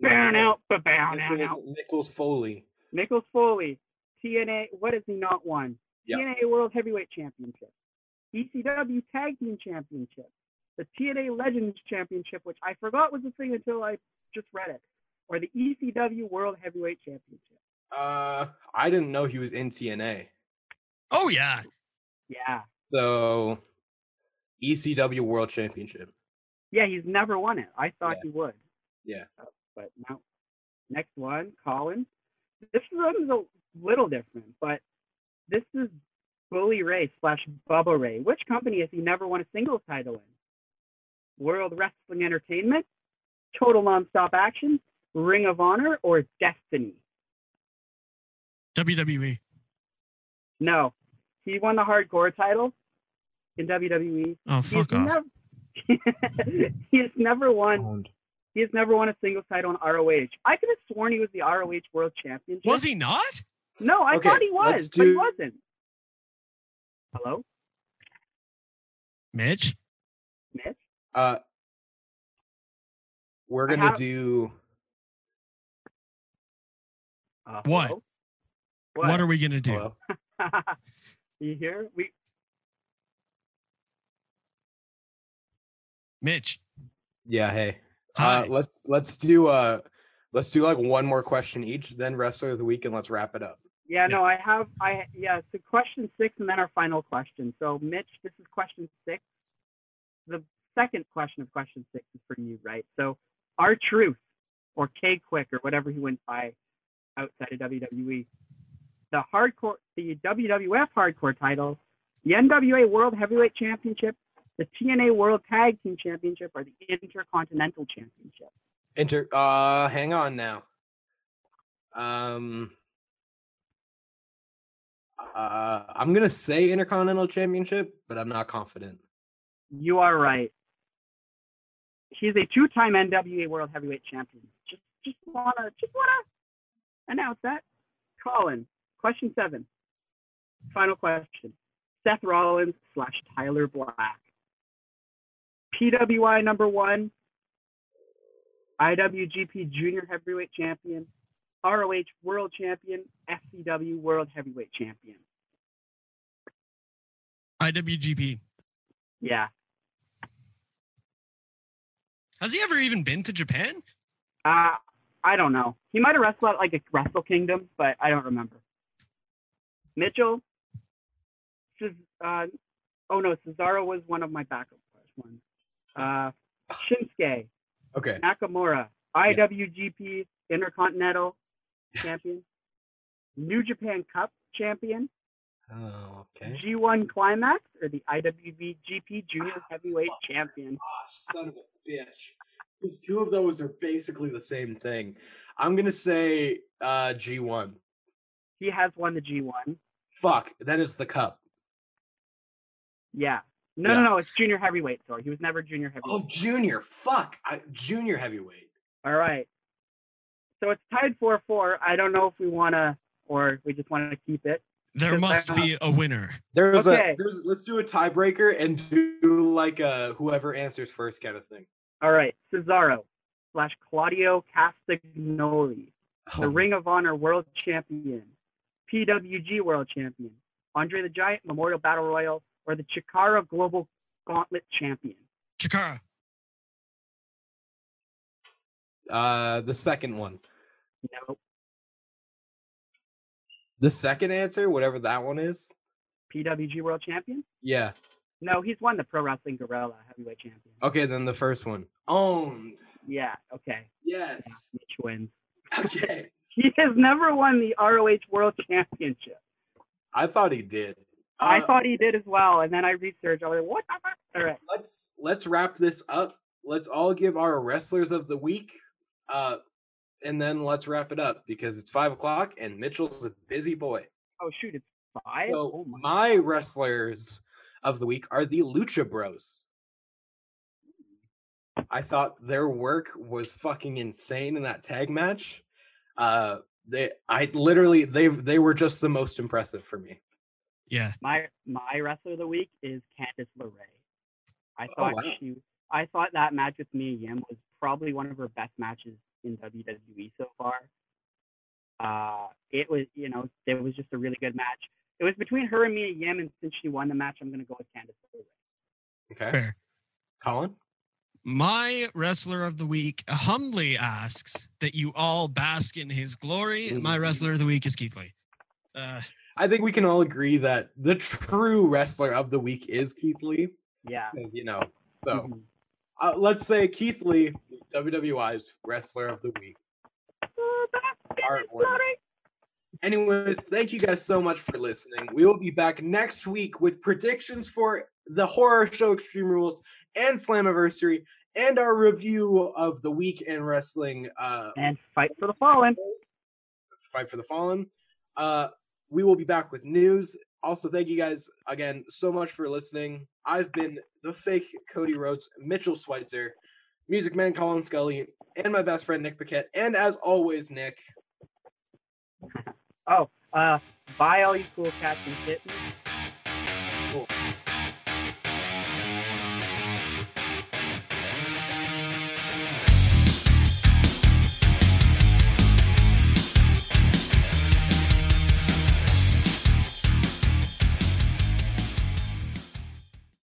[SPEAKER 2] bow now, ba- bow now,
[SPEAKER 1] Nicholas,
[SPEAKER 2] now.
[SPEAKER 1] Nicholas Foley.
[SPEAKER 2] Nichols Foley, TNA. What has he not won?
[SPEAKER 1] Yeah.
[SPEAKER 2] TNA World Heavyweight Championship, ECW Tag Team Championship, the TNA Legends Championship, which I forgot was a thing until I just read it, or the ECW World Heavyweight Championship.
[SPEAKER 1] Uh, I didn't know he was in TNA.
[SPEAKER 4] Oh yeah.
[SPEAKER 2] Yeah,
[SPEAKER 1] So, ECW World Championship.
[SPEAKER 2] yeah, he's never won it. I thought he would.
[SPEAKER 1] Yeah.
[SPEAKER 2] Uh, but no. Next one, Colin. This one's a little different, but This is Bully Ray slash Bubba Ray. Which company has he never won a singles title in? World Wrestling Entertainment, Total Nonstop Action, Ring of Honor, or Destiny?
[SPEAKER 4] WWE.
[SPEAKER 2] No, he won the hardcore title in WWE.
[SPEAKER 4] Oh, fuck
[SPEAKER 2] he's
[SPEAKER 4] off.
[SPEAKER 2] Never, he has never won.
[SPEAKER 5] Owned.
[SPEAKER 2] He has never won a singles title in ROH. I could have sworn he was the ROH World Champion.
[SPEAKER 4] Was he not?
[SPEAKER 2] No, I
[SPEAKER 1] Okay,
[SPEAKER 2] thought he was,
[SPEAKER 1] let's
[SPEAKER 2] but he
[SPEAKER 1] do-
[SPEAKER 2] wasn't. Hello,
[SPEAKER 4] Mitch?
[SPEAKER 2] Mitch.
[SPEAKER 1] Uh, we're
[SPEAKER 2] I
[SPEAKER 1] gonna
[SPEAKER 2] have-
[SPEAKER 1] do.
[SPEAKER 2] Uh,
[SPEAKER 4] What?
[SPEAKER 2] hello?
[SPEAKER 4] What,
[SPEAKER 2] What?
[SPEAKER 4] are we going to do?
[SPEAKER 1] Hello?
[SPEAKER 2] you hear? We
[SPEAKER 4] Mitch.
[SPEAKER 1] Yeah. Hey.
[SPEAKER 4] Hi.
[SPEAKER 1] Uh, let's let's do uh let's do like one more question each, then wrestler of the week, and let's wrap it up.
[SPEAKER 2] Yeah, no, I have. I yeah. So question six, and then our final question. So Mitch, this is question six. The second question of question six is for you, right? So, our truth, or K Quick, or whatever he went by outside of WWE, the hardcore, the WWF hardcore title, the NWA World Heavyweight Championship, the TNA World Tag Team Championship, or the Intercontinental Championship.
[SPEAKER 1] Inter. Uh, hang on now. Um. Uh, I'm gonna say Intercontinental Championship, but I'm not confident.
[SPEAKER 2] You are right. He's a two-time NWA World Heavyweight Champion. Just, just wanna, just wanna announce that. Colin, question seven, final question. Seth Rollins slash Tyler Black, PWI number one, IWGP Junior Heavyweight Champion, ROH World Champion, FCW World Heavyweight Champion.
[SPEAKER 4] IWGP.
[SPEAKER 2] Yeah,
[SPEAKER 4] Has he ever even been to Japan?
[SPEAKER 2] uh, I don't know. He might have wrestled at like a Wrestle Kingdom, but I don't remember. Mitchell, Cez- uh, oh no, Cesaro was one of my backup ones. Uh, Shinsuke
[SPEAKER 1] Okay.
[SPEAKER 2] Nakamura, IWGP Intercontinental Champion, New Japan Cup Champion,
[SPEAKER 1] Oh, okay.
[SPEAKER 2] G1 Climax, or the IWGP Junior Heavyweight Champion.
[SPEAKER 1] son of a bitch. Because two of those are basically the same thing. I'm gonna say uh, G1.
[SPEAKER 2] He has won the G1.
[SPEAKER 1] Fuck, then it's the cup.
[SPEAKER 2] Yeah. No, no,
[SPEAKER 1] Yeah.
[SPEAKER 2] no. It's junior heavyweight. Sorry, he was never junior heavyweight.
[SPEAKER 1] Oh, junior. Fuck, I, junior heavyweight.
[SPEAKER 2] All right. So it's tied 4 4. I don't know if we want to, or we just want to keep it.
[SPEAKER 4] There
[SPEAKER 2] Yes,
[SPEAKER 4] must
[SPEAKER 2] I-
[SPEAKER 4] be a winner.
[SPEAKER 1] There's
[SPEAKER 2] Okay.
[SPEAKER 1] a there's, let's do a tiebreaker and do like a whoever answers first kind of thing.
[SPEAKER 2] All right. Cesaro slash Claudio Castagnoli,
[SPEAKER 1] Oh,
[SPEAKER 2] the Ring of Honor World Champion, PWG World Champion, Andre the Giant Memorial Battle Royal, or the Chikara Global Gauntlet Champion.
[SPEAKER 4] Chikara.
[SPEAKER 1] Uh, the second one.
[SPEAKER 2] No,
[SPEAKER 1] The second answer, whatever that one is.
[SPEAKER 2] PWG World Champion?
[SPEAKER 1] Yeah.
[SPEAKER 2] No, he's won the Pro Wrestling Gorilla Heavyweight Champion.
[SPEAKER 1] Okay, then the first one. Owned.
[SPEAKER 2] Yeah, okay. Yeah,
[SPEAKER 1] Yes.
[SPEAKER 2] Mitch wins.
[SPEAKER 1] Okay.
[SPEAKER 2] He has never won the ROH World Championship.
[SPEAKER 1] I thought he did.
[SPEAKER 2] I
[SPEAKER 1] Uh,
[SPEAKER 2] thought he did as well, and then I researched. I was like, "What the fuck?" All right,
[SPEAKER 1] let's let's wrap this up. Let's all give our wrestlers of the week, uh, and then let's wrap it up because it's five o'clock and Mitchell's a busy boy.
[SPEAKER 2] oh shoot, it's five.
[SPEAKER 1] So
[SPEAKER 2] oh my.
[SPEAKER 1] my wrestlers of the week are the Lucha Bros. I thought their work was fucking insane in that tag match. Uh, they, I literally they they were just the most impressive for me.
[SPEAKER 4] Yeah.
[SPEAKER 2] my my wrestler of the week is Candice LeRae. I
[SPEAKER 1] Oh,
[SPEAKER 2] thought
[SPEAKER 1] wow.
[SPEAKER 2] she, I thought that match with Mia Yim was probably one of her best matches in WWE so far. Uh, it was, you know, it was just a really good match. It was between her and Mia Yim, and since she won the match, I'm gonna go with Candice LeRae.
[SPEAKER 1] Okay,
[SPEAKER 4] Fair.
[SPEAKER 1] Colin.
[SPEAKER 4] My wrestler of the week humbly asks that you all bask in his glory.
[SPEAKER 1] Mm-hmm.
[SPEAKER 4] My wrestler of the week is Keith Lee. Uh,
[SPEAKER 1] I think we can all agree that the true wrestler of the week is Keith Lee.
[SPEAKER 2] Yeah.
[SPEAKER 1] because you know. So
[SPEAKER 2] Mhm.
[SPEAKER 1] uh, let's say Keith Lee, is WWI's wrestler of the week.
[SPEAKER 2] Uh, that's
[SPEAKER 1] Art
[SPEAKER 2] Candice LeRae.
[SPEAKER 1] Anyways, thank you guys so much for listening. We will be back next week with predictions for the horror show Extreme Rules and Slammiversary and our review of the week in wrestling uh,
[SPEAKER 2] and fight for the fallen.
[SPEAKER 1] Fight for the Fallen. Uh, we will be back with news. Also, thank you guys again so much for listening. I've been the fake Cody Rhodes, Mitchell Schweitzer, Music Man Colin Scully, and my best friend Nick Paquette. And as always, Nick,
[SPEAKER 2] Oh, uh, buy all you cool cats and kittens.